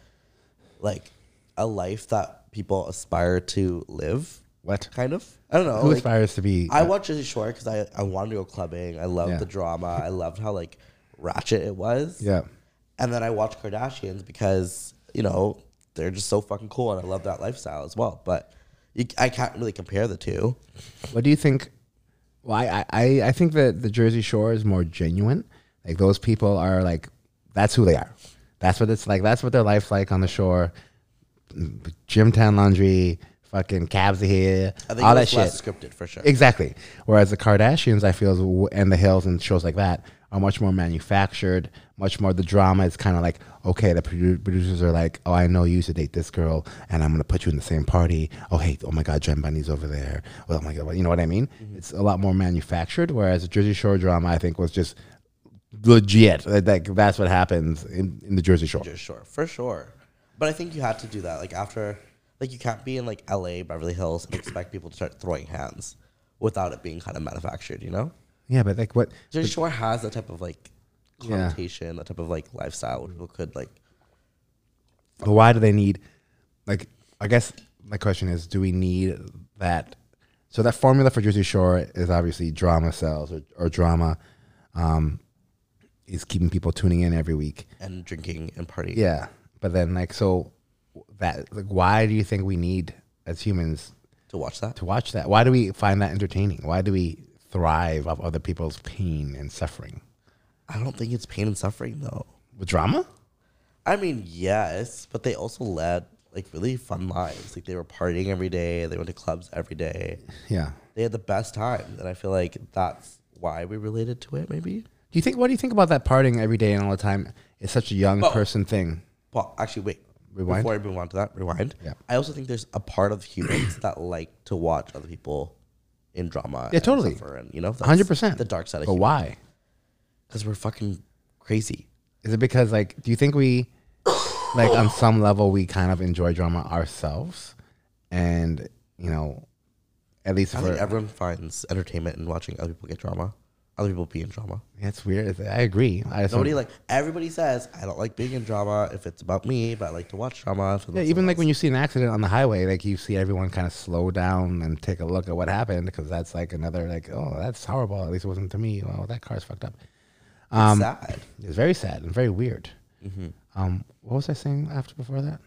A: like a life that people aspire to live.
B: What?
A: Kind of. I don't know.
B: Who
A: like,
B: aspires to be?
A: I watched Jersey Shore because I, I wanted to go clubbing. I loved
B: Yeah.
A: the drama. I loved how like ratchet it was.
B: yeah.
A: And then I watch Kardashians because, you know, they're just so fucking cool and I love that lifestyle as well. But you, I can't really compare the two.
B: What do you think? Well, I, I, I think that the Jersey Shore is more genuine. Like those people are like, that's who they are. That's what it's like. That's what their life's like on the shore. Gym tan laundry, fucking cabs are here,
A: I think
B: all
A: it
B: that
A: was
B: shit.
A: less scripted for sure.
B: Exactly. Whereas the Kardashians, I feel, is w- and the Hills and shows like that are much more manufactured. Much more the drama is kind of like okay, the produ- producers are like, oh, I know you used to date this girl, and I'm gonna put you in the same party. Oh, hey, oh my God, Jen Bunny's over there. Well, oh my God, you know what I mean? It's a lot more manufactured. Whereas the Jersey Shore drama, I think, was just legit. Like like, that's what happens in, in the Jersey Shore.
A: Jersey Shore, for sure. But I think you have to do that. Like after, like you can't be in like L.A. Beverly Hills and expect people to start throwing hands without it being kind of manufactured. You know,
B: Yeah, but like what?
A: Jersey Shore has that type of like
B: Yeah.
A: connotation, that type of like lifestyle, which people could like.
B: But why do they need, like, I guess my question is, do we need that? So that formula for Jersey Shore is obviously drama sells or, or drama um, is keeping people tuning in every week.
A: And drinking and partying.
B: Yeah. But then, like, so that, like, why do you think we need as humans
A: To watch that.
B: to watch that? Why do we find that entertaining? Why do we thrive off other people's pain and suffering?
A: I don't think it's pain and suffering though.
B: With drama?
A: I mean, yes, but they also led like really fun lives. Like they were partying every day. They went to clubs every day.
B: Yeah.
A: They had the best time, and I feel like that's why we related to it. Maybe.
B: Do you think, what do you think about that partying every day and all the time is such a young
A: Oh.
B: person thing?
A: Well, actually, wait.
B: Rewind?
A: Before I move on to that, rewind.
B: Yeah.
A: I also think there's a part of humans that like to watch other people in drama.
B: Yeah,
A: and
B: totally.
A: suffer And you know, that's
B: 100%.
A: The dark side of
B: But why?
A: because we're fucking crazy.
B: Is it because like do you think we like on some level we kind of enjoy drama ourselves and you know at least
A: I
B: for
A: think everyone finds entertainment in watching other people get drama, other people be in drama.
B: it's weird. I agree. I just
A: Nobody
B: don't-
A: like everybody says I don't like being in drama if it's about me, but I like to watch drama. If it's
B: yeah,
A: about
B: even
A: someone
B: like when you see an accident on the highway, like you see everyone kind of slow down and take a look at what happened because that's like another like oh that's horrible. At least it wasn't to me. Well, that car's fucked up.
A: else. It's
B: Um,
A: sad.
B: it's very sad and very weird. Um, what was I saying after before that?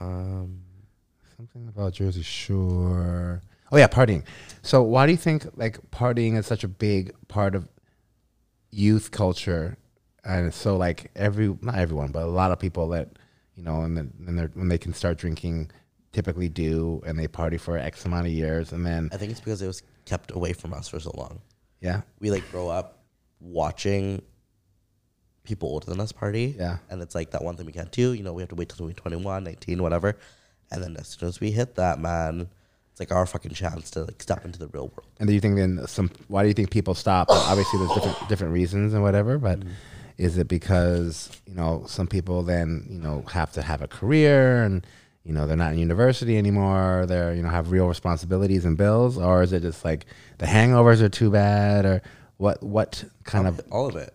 A: Um,
B: Something about Jersey Shore. Oh yeah, partying. So why do you think like partying is such a big part of youth culture, and it's so like every not everyone, but a lot of people that you know, and then and they're when they can start drinking, typically do, and they party for X amount of years, and then
A: I think it's because it was kept away from us for so long.
B: yeah,
A: we like grow up watching people older than us party.
B: Yeah.
A: And it's like that one thing we can't do. You know, we have to wait till we're 21, 19, whatever. And then as soon as we hit that, man, it's like our fucking chance to like step into the real world.
B: And do you think then some? Why do you think people stop? Obviously, there's different different reasons and whatever,
A: Mm.
B: but is it because you know some people then you know have to have a career and you know they're not in university anymore? They're you know have real responsibilities and bills, or is it just like the hangovers are too bad, or what? What kind of
A: All of it.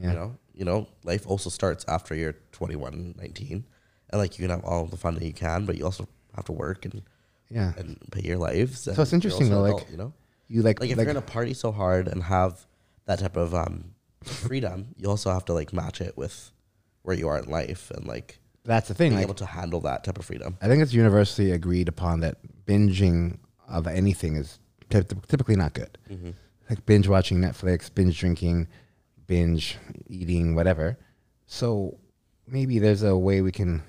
B: Yeah.
A: You know, you know, life also starts after you're 21, 19. And like you can have all the fun that you can, but you also have to work and,
B: yeah?
A: and pay your lives. And
B: So it's
A: you're
B: interesting
A: also
B: though,
A: an
B: like
A: adult, you know?
B: You like
A: like if you're gonna party so hard and have that type of um, freedom, you also have to like match it with where you are in life and like
B: that's the thing.
A: being
B: Like
A: able to handle that type of freedom.
B: I think it's universally agreed upon that binging of anything is typ- typically not good. Like binge watching Netflix, binge drinking, binge eating, whatever. So maybe there's a way we can.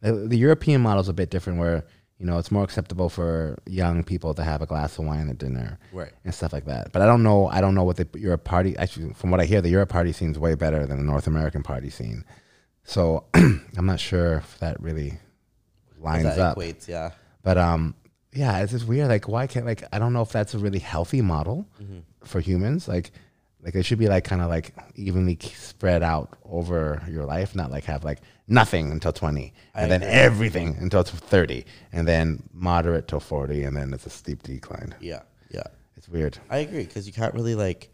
B: The, the European model is a bit different, where you know it's more acceptable for young people to have a glass of wine at dinner,
A: Right.
B: and stuff like that. But I don't know. I don't know what the Europe party. Actually, from what I hear, the Europe party scene's way better than the North American party scene. So I'm not sure if that really lines
A: That
B: up.
A: equates, yeah.
B: But um, yeah, it's just weird. Like, why can't like I don't know if that's a really healthy model for humans. Like, like it should be like kind of like evenly k- spread out over your life, not like have like nothing until twenty, and then everything until t- thirty, and then moderate till forty, and then it's a steep decline.
A: Yeah. Yeah.
B: It's weird.
A: I agree because you can't really like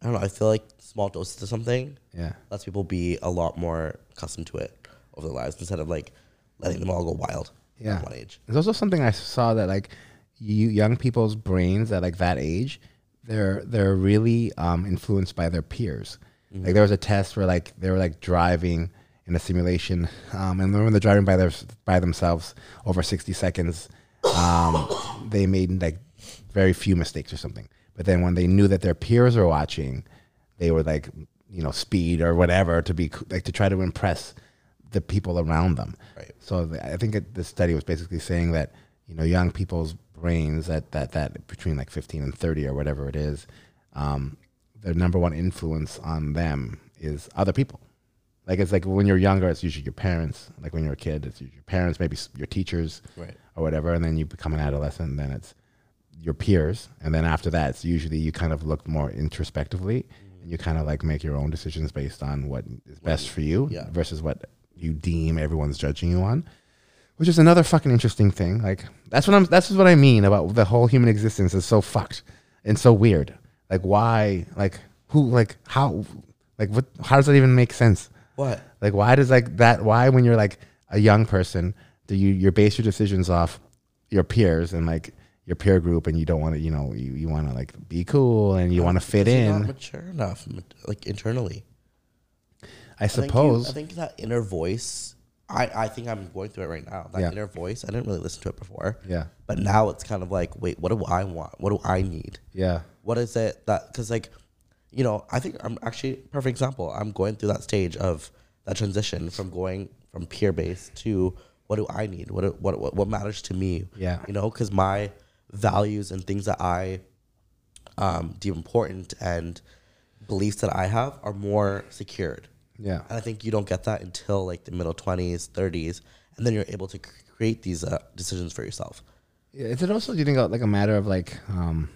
A: I don't know, I feel like small doses of something
B: Yeah.
A: lets people be a lot more accustomed to it over their lives instead of like letting them all go wild
B: Yeah.
A: at one age.
B: There's also something I saw that like you young people's brains at like that age, they're they're really um, influenced by their peers.
A: Mm-hmm.
B: Like there was a test where like they were like driving in a simulation, um, and when they're driving by their by themselves over 60 seconds, um, they made like very few mistakes or something. But then when they knew that their peers were watching, they would like you know speed or whatever to be co- like to try to impress the people around them.
A: Right.
B: So the, I think it, the study was basically saying that you know young people's brains at that that between like 15 and 30 or whatever it is, um, the number one influence on them is other people. Like it's like when you're younger, it's usually your parents. Like when you're a kid, it's usually your parents, maybe s- your teachers,
A: Right.
B: or whatever. And then you become an adolescent, and then it's your peers. And then after that, it's usually you kind of look more introspectively, and you kind of like make your own decisions based on what is best for you
A: yeah.
B: versus what you deem everyone's judging you on. Which is another fucking interesting thing. Like that's what I'm. That's what I mean about the whole human existence is so fucked and so weird. Like why? Like who? Like how? Like what? How does that even make sense?
A: What?
B: Like, why does like that? Why when you're like a young person, do you you base your decisions off your peers and like your peer group, and you don't want to, you know, you, you want to like be cool and you want to
A: Uh,
B: fit
A: Because you're not
B: in.
A: mature enough, m- like internally.
B: I
A: I think you-
B: suppose.
A: I think, that inner voice. I, I think I'm going through it right now. That
B: Yeah.
A: inner voice. I didn't really listen to it before.
B: Yeah.
A: But now it's kind of like, wait, what do I want? What do I need?
B: yeah,
A: What is it that? Because like, you know, I think I'm actually perfect example. I'm going through that stage of that transition from going from peer based to what do I need? What do- what what, what matters to me?
B: Yeah.
A: You know, because my values and things that I um, deem important and beliefs that I have are more secured.
B: yeah,
A: And I think you don't get that until like the middle 20s, 30s, and then you're able to c- create these uh, decisions for yourself.
B: yeah. Is it also do you think uh, like a matter of like um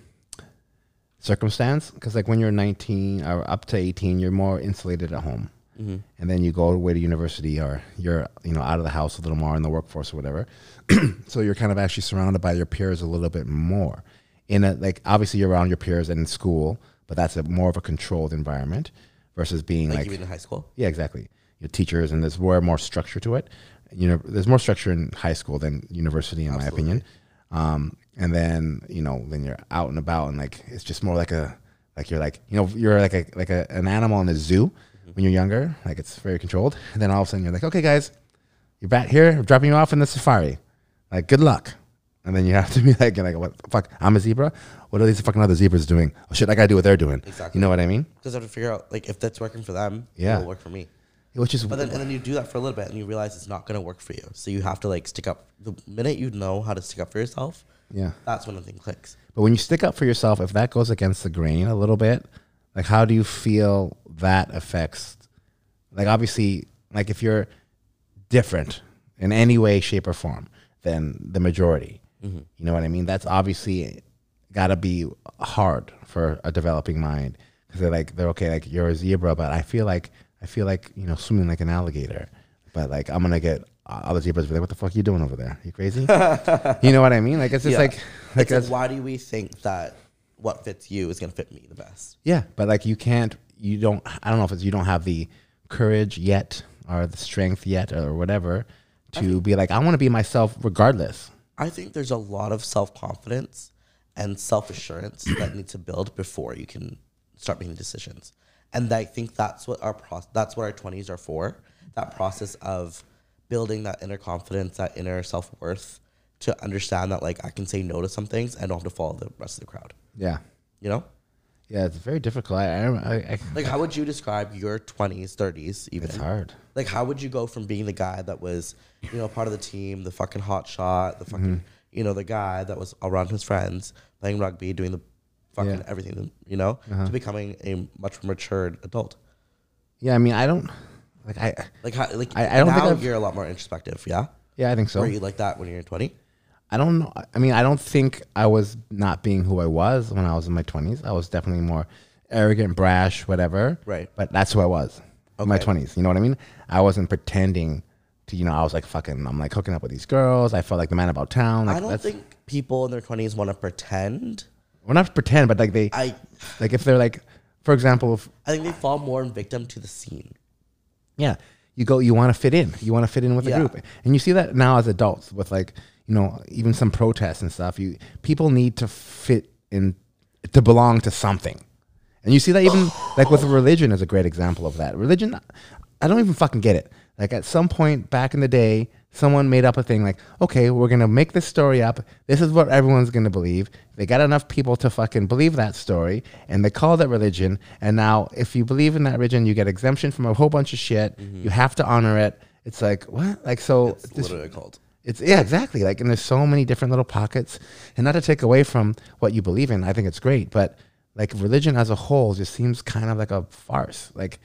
B: circumstance? Because like when you're 19 or up to 18, you're more insulated at home.
A: Mm-hmm.
B: And then you go away to university, or you're you know out of the house a little more in the workforce or whatever. so you're kind of actually surrounded by your peers a little bit more in a like obviously you're around your peers and in school but that's a more of a controlled environment versus being
A: Like,
B: like,
A: you mean in high school?
B: yeah exactly your teachers and there's more more structure to it you know there's more structure in high school than university in my opinion um and then you know then you're out and about and like it's just more like a like you're like you know you're like a like a, an animal in a zoo
A: Mm-hmm.
B: when you're younger like it's very controlled and then all of a sudden you're like okay guys you're back here, I'm dropping you off in the safari. Like, good luck. And then you have to be like, you're like, what the fuck? I'm a zebra? What are these fucking other zebras doing? Oh shit, I gotta do what they're doing.
A: Exactly.
B: You know what I mean?
A: Because I have to figure out like if that's working for them,
B: Yeah.
A: it will work for me.
B: Which is,
A: But then and then you do that for a little bit and you realize it's not gonna work for you. So you have to like stick up. The minute you know how to stick up for yourself,
B: yeah.
A: that's when the thing clicks.
B: But when you stick up for yourself, if that goes against the grain a little bit, like how do you feel that affects? Like obviously, like if you're different in any way, shape, or form than the majority,
A: Mm-hmm.
B: you know what I mean. That's obviously got to be hard for a developing mind because they're like they're okay, like you're a zebra, but I feel like I feel like you know swimming like an alligator, but like I'm gonna get all the zebras be like, what the fuck you doing over there? You crazy? you know what I mean? Like it's just
A: Yeah.
B: like like
A: It's like,
B: that's-
A: why do we think that what fits you is gonna fit me the best?
B: yeah, but like you can't, you don't. I don't know if it's you don't have the courage yet, or the strength yet, or whatever, to be like I want to be myself regardless.
A: I think there's a lot of self confidence and self assurance that need to build before you can start making decisions. And I think that's what our process, that's what our twenties are for. That process of building that inner confidence, that inner self worth, to understand that like I can say no to some things and don't have to follow the rest of the crowd.
B: Yeah,
A: You know,
B: yeah, it's very difficult. I, I, I, I
A: like how would you describe your twenties, thirties, even?
B: it's hard.
A: Like, how would you go from being the guy that was, you know, part of the team, the fucking hot shot, the fucking,
B: Mm-hmm.
A: you know, the guy that was around his friends playing rugby, doing the fucking
B: Yeah. Uh-huh.
A: everything, you know, to becoming a much matured adult?
B: Yeah, I mean, I don't like I.
A: Like, how, like
B: I- I don't think
A: now
B: I've-
A: you're a lot more introspective, yeah?
B: Yeah, I think so.
A: Were you like that when you were 20?
B: I don't know. I mean, I don't think I was not being who I was when I was in my 20s. I was definitely more arrogant, brash, whatever.
A: Right.
B: But that's who I was in my
A: Okay.
B: 20s. You know what I mean? I wasn't pretending to, you know, I was like fucking, I'm like hooking up with these girls. I felt like the man about town. Like,
A: I don't
B: that's-
A: think people in their 20s want to pretend.
B: Well, not pretend, but like they,
A: I,
B: like if they're like, for example, if,
A: I think they fall more in victim to the scene.
B: Yeah. You go, you want to fit in. You want to fit in with the
A: Yeah.
B: group. And you see that now as adults with like, you know, even some protests and stuff. You people need to fit in to belong to something. And you see that even like with religion is a great example of that. Religion I don't even fucking get it. Like at some point back in the day, someone made up a thing like, okay, we're gonna make this story up. This is what everyone's gonna believe. They got enough people to fucking believe that story, and they call that religion. And now, if you believe in that religion, you get exemption from a whole bunch of shit. You have to honor it. It's like what? Like so
A: It's
B: this-
A: literally called.
B: it's yeah, exactly. Like, and there's so many different little pockets. And not to take away from what you believe in, I think it's great. But like religion as a whole just seems kind of like a farce. Like,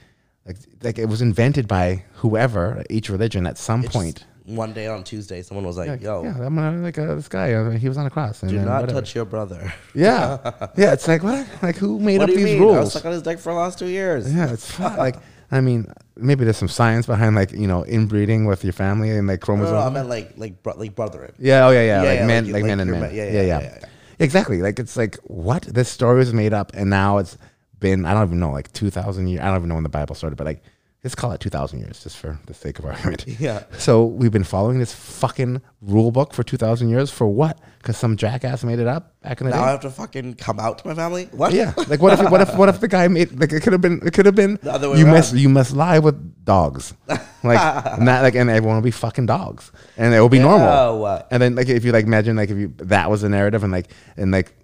B: like, like it was invented by whoever each religion at some
A: It's
B: point.
A: just One day on Tuesday, someone was like,
B: Like,
A: "Yo,
B: yeah, I'm gonna, like uh, this guy. Uh, he was on a cross. And
A: do
B: then
A: not
B: whatever.
A: touch your brother."
B: Yeah, yeah. It's like what? Like who made
A: What
B: up
A: do you
B: these
A: mean? I was
B: rules?
A: stuck on his dick for the last two years.
B: Yeah, it's fu- like I mean, maybe there's some science behind like you know inbreeding with your family and like
A: No,
B: chromosomes.
A: no, no, I meant like like bro- like brothering.
B: Yeah, oh yeah, yeah,
A: Yeah,
B: like
A: yeah,
B: men,
A: like-
B: like,
A: like
B: men and
A: your
B: men.
A: ma- yeah,
B: yeah,
A: yeah,
B: yeah,
A: yeah, yeah.
B: Exactly. Like it's like what this story was made up, and now it's been I don't even know like two thousand years. I don't even know when the Bible started, but like let's call it two thousand years just for the sake of argument.
A: Yeah.
B: So we've been following this fucking rule book for two thousand years for what? Because some jackass made it up back in the
A: Now I
B: day.
A: have to fucking come out to my family. What?
B: Yeah. Like what if what if what if the guy made like it could have been it could have been
A: The other way
B: you
A: around.
B: must you must lie with dogs. Like and that like and everyone will be fucking dogs. And it will be
A: Ew. uh,
B: normal. And then like if you like imagine like if you that was the narrative and like and like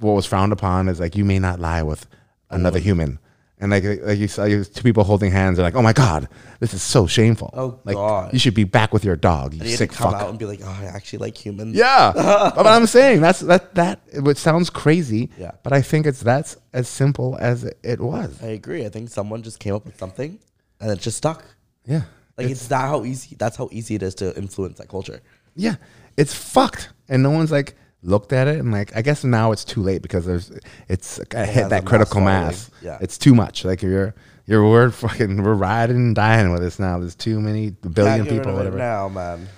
B: what was frowned upon is like you may not lie with
A: Oh.
B: another human. And like like you saw you two people holding hands and like, oh my God, this is so shameful.
A: Oh,
B: like
A: God.
B: you should be back with your dog, you
A: And you have
B: sick
A: to come
B: fuck.
A: out and be like, "Oh, I actually like humans."
B: Yeah, but I'm saying that's that that which sounds crazy.
A: Yeah.
B: but I think it's that's as simple as it was.
A: I agree. I think someone just came up with something, and it just stuck.
B: Yeah,
A: Like it's, that how easy. That's how easy it is to influence that culture.
B: yeah, it's fucked, and no one's like looked at it and like I guess now it's too late because there's it's I
A: has
B: hit
A: a
B: that
A: mass
B: critical
A: following.
B: mass.
A: Yeah.
B: it's too much. Like you're you're we're fucking we're riding and dying with this now. There's too many billion
A: Can't get rid
B: people.
A: of it
B: Whatever.
A: now, man.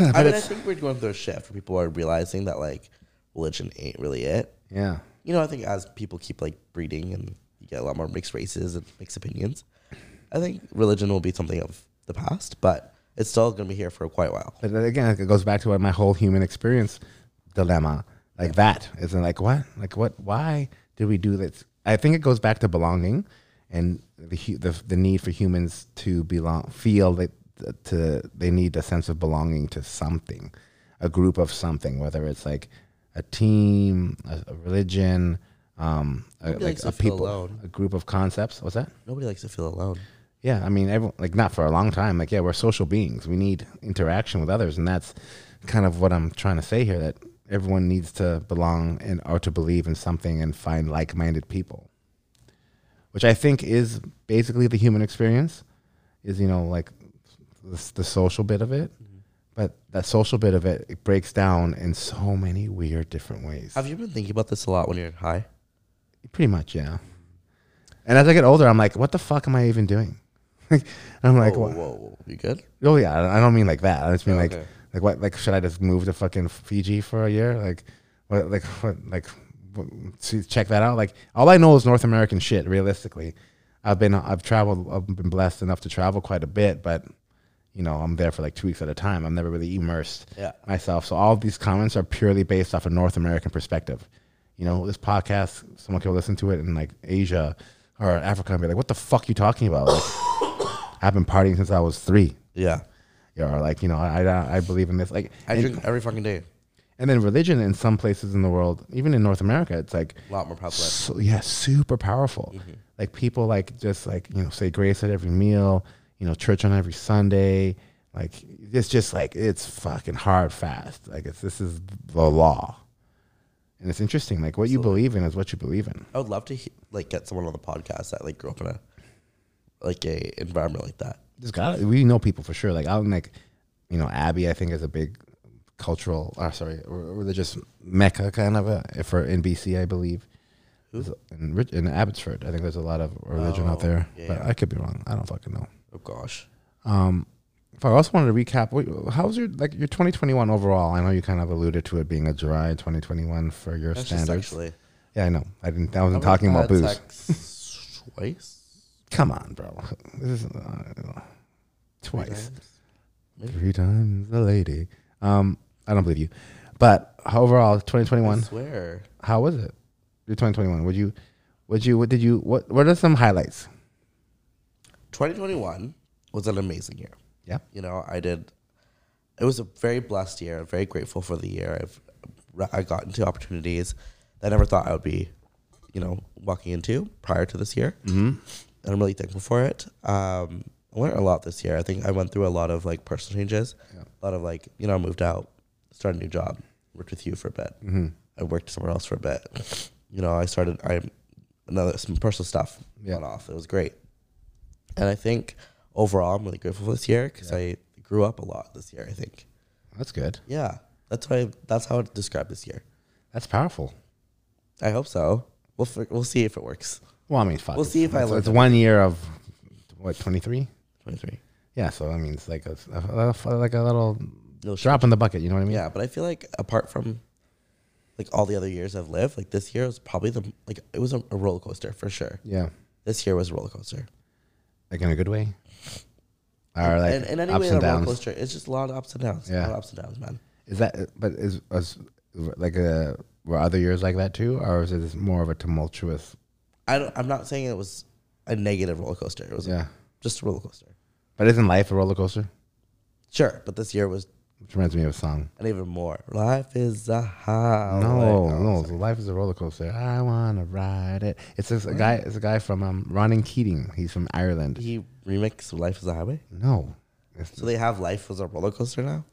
A: I mean, I
B: it's-
A: think we're going through a shift where people are realizing that like religion ain't really it.
B: Yeah,
A: You know, I think as people keep like breeding and you get a lot more mixed races and mixed opinions, I think religion will be something of the past, but it's still going to be here for quite a while.
B: But then again, it goes back to what my whole human experience dilemma. Like that isn't like what, like what, why did we do this? I think it goes back to belonging and the hu- the, the need for humans to belong, feel that to they need a sense of belonging to something, a group of something, whether it's like a team, a, a religion, um, a,
A: Nobody
B: like
A: likes
B: a
A: to feel
B: people,
A: alone.
B: a group of concepts. What's that?
A: Nobody likes to feel alone.
B: Yeah, I mean, everyone, like not for a long time. Like, yeah, we're social beings. We need interaction with others, and that's kind of what I'm trying to say here. That everyone needs to belong and or to believe in something and find like-minded people, which I think is basically the human experience. Is you know like the, the social bit of it,
A: Mm-hmm.
B: but that social bit of it it breaks down in so many weird different ways.
A: Have you been thinking about this a lot when you're high?
B: Pretty much, yeah. And as I get older, I'm like, what the fuck am I even doing? and I'm like,
A: whoa,
B: what?
A: whoa, whoa, you good?
B: Oh yeah, I- I don't mean like that. I just mean
A: Oh,
B: like
A: okay.
B: like what like should I just move to fucking Fiji for a year? Like what like what like what, see, check that out. Like all I know is North American shit. Realistically, I've been I've traveled. I've been blessed enough to travel quite a bit, but you know I'm there for like two weeks at a time. I'm never really immersed
A: Yeah.
B: myself. So all of these comments are purely based off a North American perspective. You know, this podcast, someone could listen to it in like Asia or Africa and be like, "What the fuck you talking about?" Like, I've been partying since I was three
A: Yeah.
B: or like you know I I, I believe in this like
A: I
B: and,
A: drink every fucking day.
B: and then religion in some places in the world even in North America it's like
A: A lot more popular.
B: so, yeah super powerful like people like just like you know say grace at every meal you know church on every Sunday like it's just like it's fucking hard fast like it's this is the law and it's interesting like what you believe in is what you believe in
A: I would love to he- like get someone on the podcast that like grew up in a like a environment like that.
B: just got we know people for sure. Like out in like you know Abbey, I think is a big cultural, or sorry, r- religious mecca kind of a for in BC, I believe. In, Rich- in Abbotsford, I think there's a lot of religion out there,
A: Oh, yeah,
B: but
A: yeah.
B: I could be wrong. I don't fucking know.
A: Oh gosh.
B: Um, if I also wanted to recap, what- how's your like your 2021 overall? I know you kind of alluded to it being a dry 2021 for your
A: That's just
B: standards.
A: actually
B: Yeah, I know. I didn't. I
A: I've
B: wasn't talking about
A: had
B: booze.
A: sex twice.
B: Come on, bro. This is uh,
A: three
B: twice.
A: times. Maybe.
B: Three times the lady. Um, I don't believe you. But overall,
A: I
B: 2021.
A: swear.
B: How was it? Your 2021. Would you? Would you? What did you? What? What are some highlights?
A: 2021 was an amazing year.
B: Yeah.
A: You know, I did. It was a very blessed year. I'm very grateful for the year. I've I got into opportunities that I never thought I would be, you know, walking into prior to this year. Mm-hmm. And I'm really thankful for it. Um, I learned a lot this year. I think I went through a lot of like personal changes, a lot of like you know I moved out, started a new job, worked with you for a bit. I worked somewhere else for a bit. You know, I started I another some personal stuff
B: Yeah.
A: went off. It was great, and I think overall I'm really grateful for this year because I grew up a lot this year. I think
B: That's good.
A: yeah, that's what I, that's how I would describe this year.
B: That's powerful.
A: I hope so. We'll fi- we'll see if it works.
B: Well, I mean, fuck.
A: We'll
B: it's-
A: see if I
B: it's,
A: learn
B: it's
A: it.
B: one year of what twenty three.
A: Twenty three.
B: Yeah, so I mean, it's like a, a- a- like a little
A: No
B: drop in the bucket. You know what I mean?
A: Yeah, but I feel like apart from like all the other years I've lived, like this year was probably the like it was a, a roller coaster for sure.
B: Yeah.
A: This year was a roller coaster.
B: Like in a good way. Or like
A: and, and
B: ups
A: anyway,
B: and
A: a roller
B: downs.
A: coaster, it's just a lot of ups and downs. A
B: Yeah.
A: lot of ups and downs, man.
B: Is that but is, is like a were other years like that too, or is it more of a tumultuous?
A: I don't, I'm not saying it was a negative roller coaster. It was
B: Yeah.
A: just a roller coaster.
B: But isn't life a roller coaster?
A: Sure, but this year was
B: Which reminds me of a song.
A: an even more. Life is a high.
B: Oh, no, no, life is a roller coaster. I wanna ride it. It's this, a guy. It's a guy from um, Ronan Keating. He's from Ireland.
A: He remixed Life is a Highway.
B: no, it's,
A: So they have Life was a roller coaster now?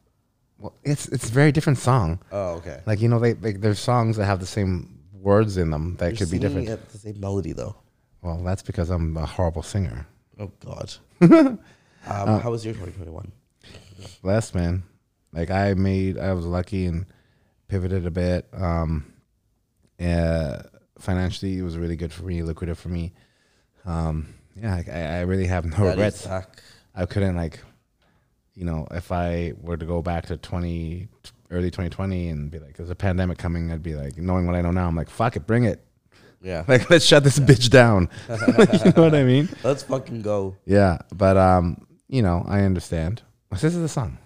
B: well, it's it's a very different song.
A: Oh, okay.
B: Like you know, they, they there's songs that have the same words in them that
A: You're
B: could be
A: singing
B: different.
A: At the same melody, though.
B: Well, that's because I'm a horrible singer.
A: Oh God. um, how was your 2021?
B: Less man. Like I made, I was lucky and pivoted a bit. Um, uh, financially, it was really good for me, lucrative for me. Um, yeah, like, I, I really have no
A: Daddy's
B: regrets.
A: back.
B: I couldn't like, you know, if I were to go back to twenty, early twenty twenty, and be like, "There's a pandemic coming," I'd be like, knowing what I know now, I'm like, "Fuck it, bring it!
A: Yeah.
B: Like, let's shut this bitch down." you know what I mean?
A: Let's fucking go.
B: Yeah, but um, you know, I understand. This is the song.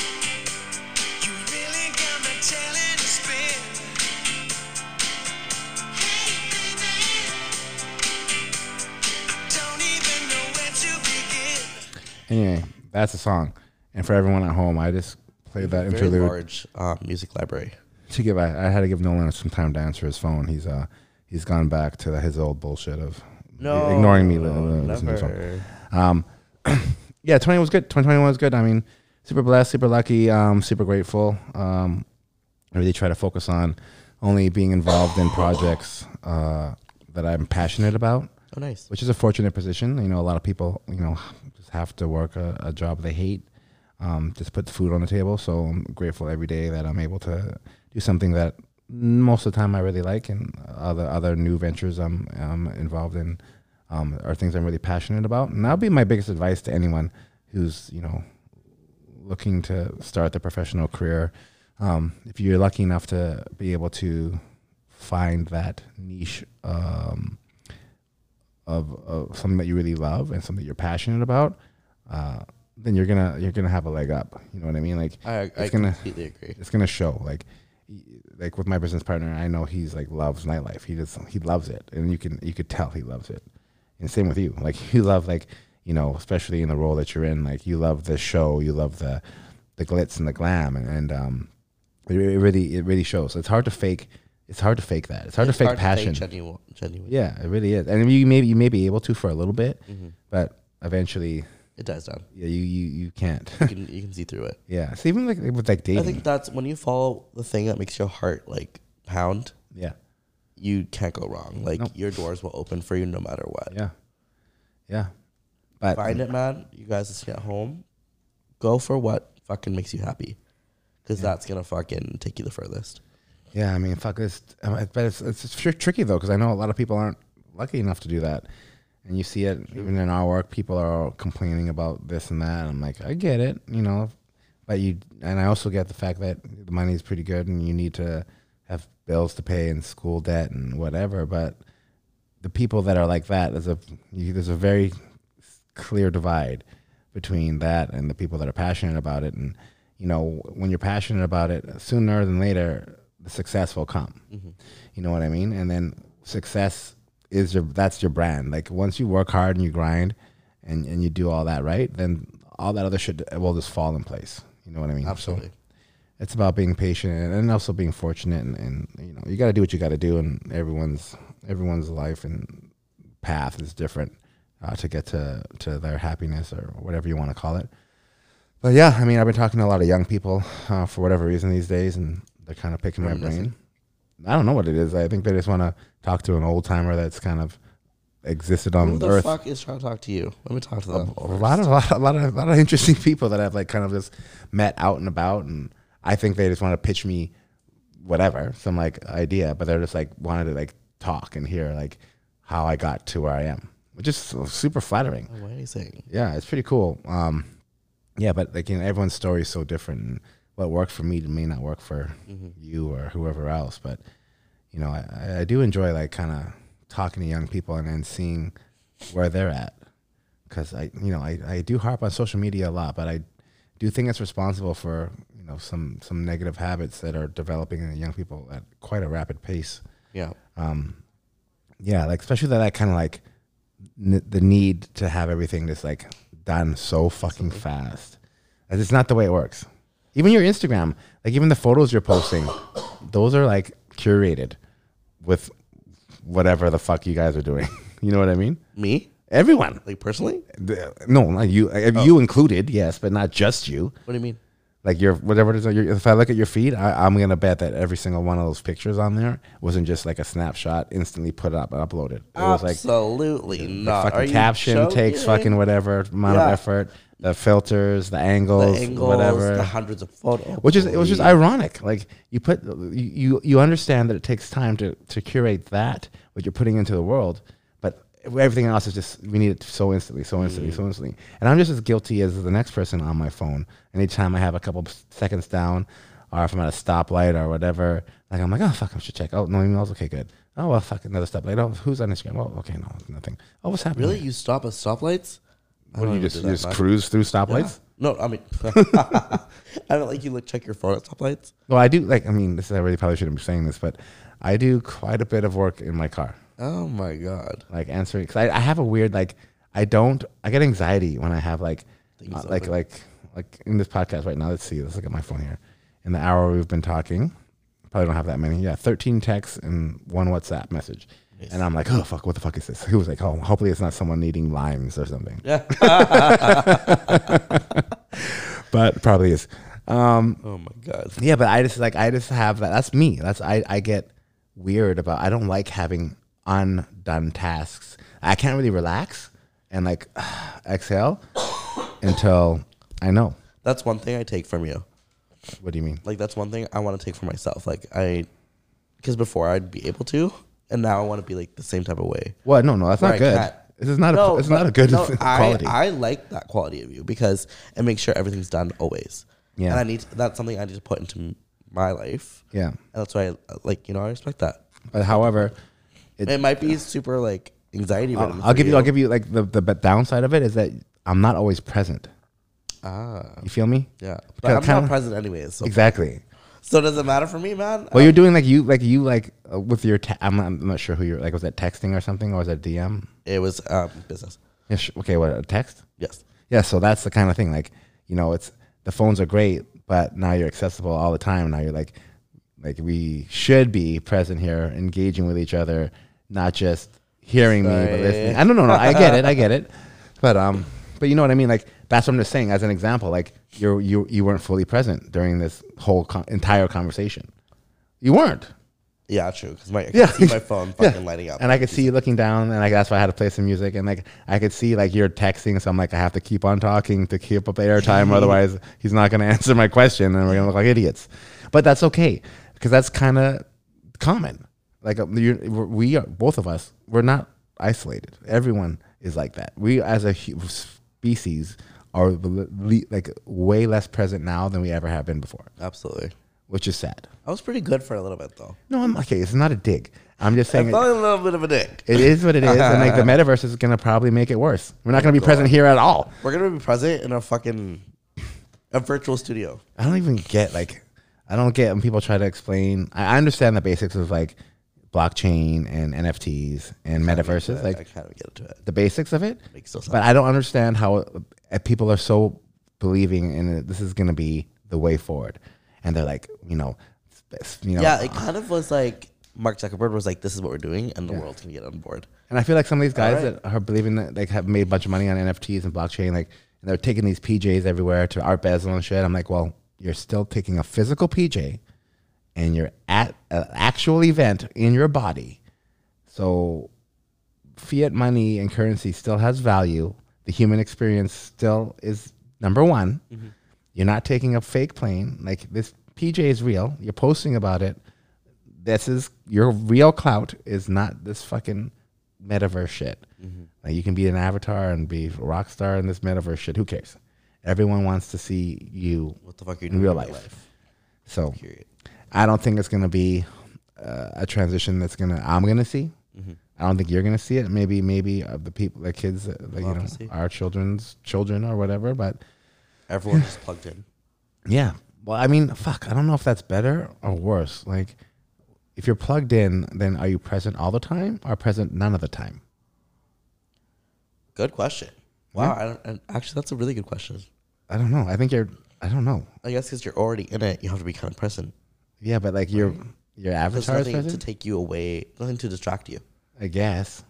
D: You really got me telling to spin. Don't even know where to begin.
B: Anyway, that's the song. And for everyone at home, I just played
A: Very
B: that interlude
A: large um, music library.
B: to give. I, I had to give Nolan some time to answer his phone. He's uh he's gone back to his old bullshit of
A: No,
B: ignoring me. li- li- listening to his phone.
A: Never.
B: Um, yeah, twenty was good. Twenty twenty one was good. I mean, super blessed, super lucky, um, super grateful. Um, I really try to focus on only being involved in projects uh, that I'm passionate about
A: Oh, nice.
B: which is a fortunate position. You know, a lot of people, you know, just have to work a, a job they hate, um, just put food on the table. So I'm grateful every day that I'm able to do something that most of the time I really like, and other other new ventures I'm, I'm involved in um, are things I'm really passionate about. And that'll be my biggest advice to anyone who's you know looking to start their professional career. Um, if you're lucky enough to be able to find that niche um, of, of something that you really love and something that you're passionate about, uh, then you're gonna you're gonna have a leg up. You know what I mean? Like
A: I, I
B: it's gonna
A: completely agree.
B: it's gonna show. Like y- like with my business partner, I know he's like loves nightlife. He just he loves it, and you can you could tell he loves it. And same with you. Like you love like you know, especially in the role that you're in. Like you love the show. You love the the glitz and the glam, and, and um, it, re- it really it really shows. It's hard to fake. It's hard to fake that. It's hard to fake
A: Hard
B: passion.
A: genuine, genuine.
B: Yeah, it really is. And you maybe you may be able to for a little bit, but eventually,
A: It dies down.
B: yeah, you you, you can't.
A: You can, you can see through it.
B: yeah, so even like with like
A: I
B: dating,
A: think that's when you follow the thing that makes your heart like pound.
B: yeah,
A: You can't go wrong. Like
B: No.
A: your doors will open for you no matter what.
B: yeah, yeah. But
A: Find it, man. You guys listening at home, go for what fucking makes you happy, because that's gonna fucking take you the furthest.
B: yeah, I mean, fuck this. But it's it's just tr- tricky though because I know a lot of people aren't lucky enough to do that, and you see it even in our work. People are all complaining about this and that. And I'm like, I get it, you know, but you and I also get the fact that the money is pretty good and you need to have bills to pay and school debt and whatever, but the people that are like that there's a you, there's a very clear divide between that and the people that are passionate about it and you know when you're passionate about it sooner than later the success will come. You know what I mean? And then success is your that's your brand. Like once you work hard and you grind and, and you do all that right, then all that other shit will just fall in place. You know what I mean? So
A: Absolutely.
B: it's about being patient and, and also being fortunate and, and you know, you gotta do what you gotta do and everyone's everyone's life and path is different uh, to get to, to their happiness or whatever you want to call it. But yeah, I mean, I've been talking to a lot of young people uh, for whatever reason these days, and they're kind of picking my brain. I don't know what it is. I think they just want to talk to an old timer that's kind of existed on
A: Who the
B: um, Earth.
A: fuck is trying to talk to you? Let me talk to them.
B: A lot of, a lot of, a lot of, a lot of interesting people that I've like kind of just met out and about, and I think they just want to pitch me whatever some like idea, but they're just like wanted to like talk and hear like how I got to where I am, which is super flattering
A: What are you saying?
B: yeah, it's pretty cool. Um, yeah, but like you know, everyone's story is so different. And what worked for me may not work for you or whoever else. But you know, I- I, I do enjoy like kind of talking to young people and then seeing where they're at. Because I, you know, I, I do harp on social media a lot, but I do think it's responsible for you know some some negative habits that are developing in young people at quite a rapid pace
A: Yeah.
B: Um, yeah, like especially that that kind of like n- the need to have everything just like done so fucking fast. Like, It's not the way it works. Even your Instagram, like even the photos you're posting, those are like curated with whatever the fuck you guys are doing. you know what I mean?
A: Me?
B: Everyone,
A: Like personally?
B: The- no, not you, Uh, you included, yes, but not just you
A: What do you mean?
B: like your whatever it is. Your, if I look at your feed, I, I'm gonna bet that every single one of those pictures on there wasn't just like a snapshot instantly put up and uploaded. It was like the
A: Absolutely not. Are
B: fucking
A: you
B: caption takes
A: joking?
B: fucking whatever amount of
A: Yeah.
B: effort, the filters, the
A: the
B: angles,
A: angles,
B: whatever.
A: the hundreds of photos.
B: which is it was just ironic. Like you put you you- you understand that it takes time to to curate that what you're putting into the world, but everything else is just we need it so instantly, so instantly, so instantly. And I'm just as guilty as the next person on my phone. Anytime I have a couple seconds down, or if I'm at a stoplight or whatever, like I'm like, oh fuck, I should check. Oh no emails, okay, good. Oh well, fuck another stoplight. Oh, who's on Instagram? Oh, okay, no, nothing. Oh, what's happening?
A: really you stop at stoplights? I
B: What
A: don't
B: do you
A: even
B: just,
A: do
B: you
A: that
B: just
A: much.
B: cruise through stoplights?
A: No, I mean, I don't like you look check your phone at stoplights.
B: Well, I do like. I mean, this is, I really probably shouldn't be saying this, but I do quite a bit of work in my car,
A: Oh my god.
B: like answering. Because I, I have a weird like. I don't. I get anxiety when I have like, uh, like like like in this podcast right now. Let's see. Let's look at my phone here. In the hour we've been talking, probably don't have that many. Yeah, thirteen texts and one WhatsApp message. And I'm like, oh fuck, what the fuck is this? He was like, oh, hopefully it's not someone needing limes or something.
A: Yeah.
B: But probably is.
A: oh my god.
B: Yeah, but I just like I just have that. That's me. That's I. I get weird about. I don't like having undone tasks. I can't really relax and like exhale until I know.
A: That's one thing I take from you.
B: What do you mean?
A: Like that's one thing I want to take for myself. Like I, because before I'd be able to, and now I want to be like the same type of way.
B: Well, no, no, that's
A: Where
B: not
A: I
B: good.
A: can't.
B: This is not. a, it's
A: but-
B: not a good
A: no, I-
B: quality.
A: I, like that quality of you because it makes sure everything's done always.
B: Yeah.
A: And I need that's something I need to put into m- my life.
B: yeah,
A: And that's why, I, like, you know, I respect that.
B: but however,
A: It might be super like anxiety ridden.
B: I'll, I'll give you. I'll give you like the the but downside of it is that I'm not always present. Ah, you feel me?
A: Yeah.
B: Because
A: But I'm
B: kinda-
A: not present anyways. So,
B: Exactly.
A: so does it matter for me, man? Uh,
B: Well, you're doing like you like you like uh, with your. Te- I'm, not, I'm not sure who you're like. Was that texting or something, or was that DM?
A: it was um, business.
B: Yeah, sh- okay, what a text?
A: Yes.
B: Yeah, so that's the kind of thing. Like, you know, it's the phones are great, but now you're accessible all the time. Now you're like, like we should be present here, engaging with each other, not just hearing me but
A: Sorry.
B: listening. I don't know, no, I get it, I get it, but um, but you know what I mean. Like that's what I'm just saying as an example. Like you're you you weren't fully present during this whole con- entire conversation. You weren't.
A: Yeah, true. Because my I
B: Yeah.
A: can see my phone
B: Yeah.
A: fucking lighting up.
B: And I could see you looking down, and like that's why I had to play some music. And like I could see like you're texting, so I'm like I have to keep on talking to keep up the airtime, otherwise he's not going to answer my question, and we're going to look like idiots. But that's okay because that's kind of common. Like uh, you're, we're- we are both of us, we're not isolated. Everyone is like that. We as a hu- species are le- le- like way less present now than we ever have been before,
A: Absolutely.
B: which is sad.
A: I was pretty good for a little bit though.
B: No, I'm okay. It's not a dig. I'm just saying.
A: I
B: it-
A: felt a little bit of a dick.
B: it is what it is, and like the metaverse is gonna probably make it worse. We're not gonna be present here at all.
A: We're gonna be present in a fucking a virtual studio.
B: I don't even get like I don't get when people try to explain. I I understand the basics of like blockchain and NFTs and metaverses,
A: I
B: like
A: kind of get into it.
B: the basics of it.
A: Makes no sense.
B: But I don't understand how uh, people are so believing in it, this is going to be the way forward, and they're like, you know, s- you know,
A: Yeah, it kind of was like Mark Zuckerberg was like, "This is what we're doing," and the world can get on board.
B: And I feel like some of these guys
A: Alright.
B: that are believing that they have made a bunch of money on NFTs and blockchain, like and they're taking these PJs everywhere to art bezel and shit. I'm like, well, you're still taking a physical PJ, and you're at an actual event in your body. So, fiat money and currency still has value. The human experience still is number one.
A: Mm-hmm.
B: You're not taking a fake plane. Like this PJ is real. You're posting about it this is your real clout is not this fucking metaverse shit.
A: Mm-hmm.
B: Like you can be an avatar and be a rock star in this metaverse shit. Who cares? Everyone wants to see you
A: What the fuck are you
B: in
A: doing
B: real
A: in
B: life.
A: your life?
B: So
A: Period.
B: I don't think it's gonna be uh, a transition that's gonna I'm gonna see.
A: Mm-hmm.
B: I don't think you're gonna see it. Maybe maybe of the people, the kids, uh, like, you know,
A: Obviously.
B: our children's children or whatever. But
A: Everyone just plugged in.
B: yeah. Well, I mean, fuck. I don't know if that's better or worse. Like, if you're plugged in, then are you present all the time or present none of the time?
A: Good question. Wow, I don't, and actually, that's a really good question.
B: I don't know. I think you're. I don't know.
A: I guess because you're already in it, you have to be kind of present.
B: Yeah, but like your your
A: There's
B: avatar is
A: nothing to
B: present.
A: take you away, nothing to distract you.
B: I guess.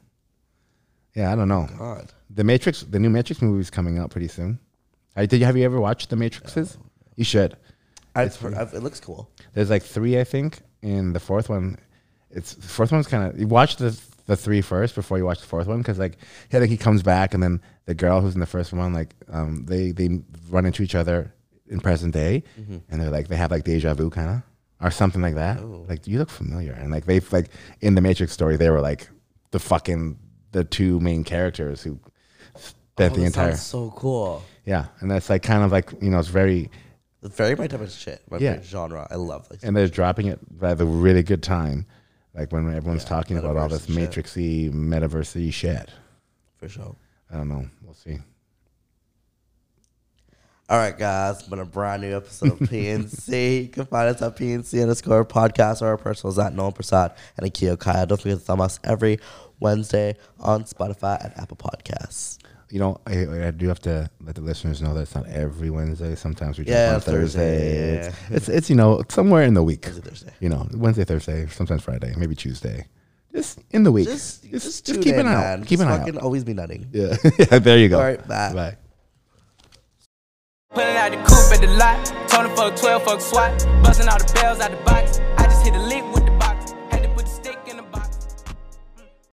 B: Yeah, I don't know.
A: God,
B: The Matrix, the new Matrix movie is coming out pretty soon. I, did you have you ever watched the Matrixes? You should.
A: I've heard, I've, it looks cool.
B: There's like three, I think, and the fourth one. It's the fourth one's kind of you watch the the three first before you watch the fourth one because like yeah, like he comes back and then the girl who's in the first one like um they they run into each other in present day and they're like they have like deja vu kind of or something like that. Like you look familiar and like they've like in the Matrix story they were like the fucking the two main characters who spent
A: Oh,
B: the
A: that
B: entire
A: sounds so cool.
B: yeah and that's like kind of like you know it's very
A: It's very my type of shit. My
B: Yeah.
A: favorite genre. I love like
B: and they're dropping it at a really good time, like when everyone's talking about all this
A: metaverse and shit.
B: matrixy, metaversey shit.
A: for sure.
B: I don't know. We'll see.
A: All right, guys, it's been a brand new episode of PNC. You can find us at PNC underscore podcast or our personals at Noel Prasad and Akio Kaya. Don't forget to thumb us every Wednesday on Spotify and Apple Podcasts.
B: You know, I, I do have to let the listeners know that it's not every Wednesday. Sometimes we drop
A: Yeah,
B: on Thursday.
A: Thursday, yeah.
B: It's, it's it's you know somewhere in the week.
A: Wednesday, Thursday.
B: You know, Wednesday, Thursday, sometimes Friday, maybe Tuesday. Just in the week.
A: Just, just,
B: just
A: tune
B: keep
A: in,
B: an eye
A: man.
B: out. Keep
A: just
B: an eye
A: fucking
B: out.
A: always be nutting.
B: Yeah. yeah. There you go.
A: All right, bye.
B: Bye.
E: Pulling out the coupe at the lot. Tony fuck 12, fuck SWAT. Busting all the bells out the box.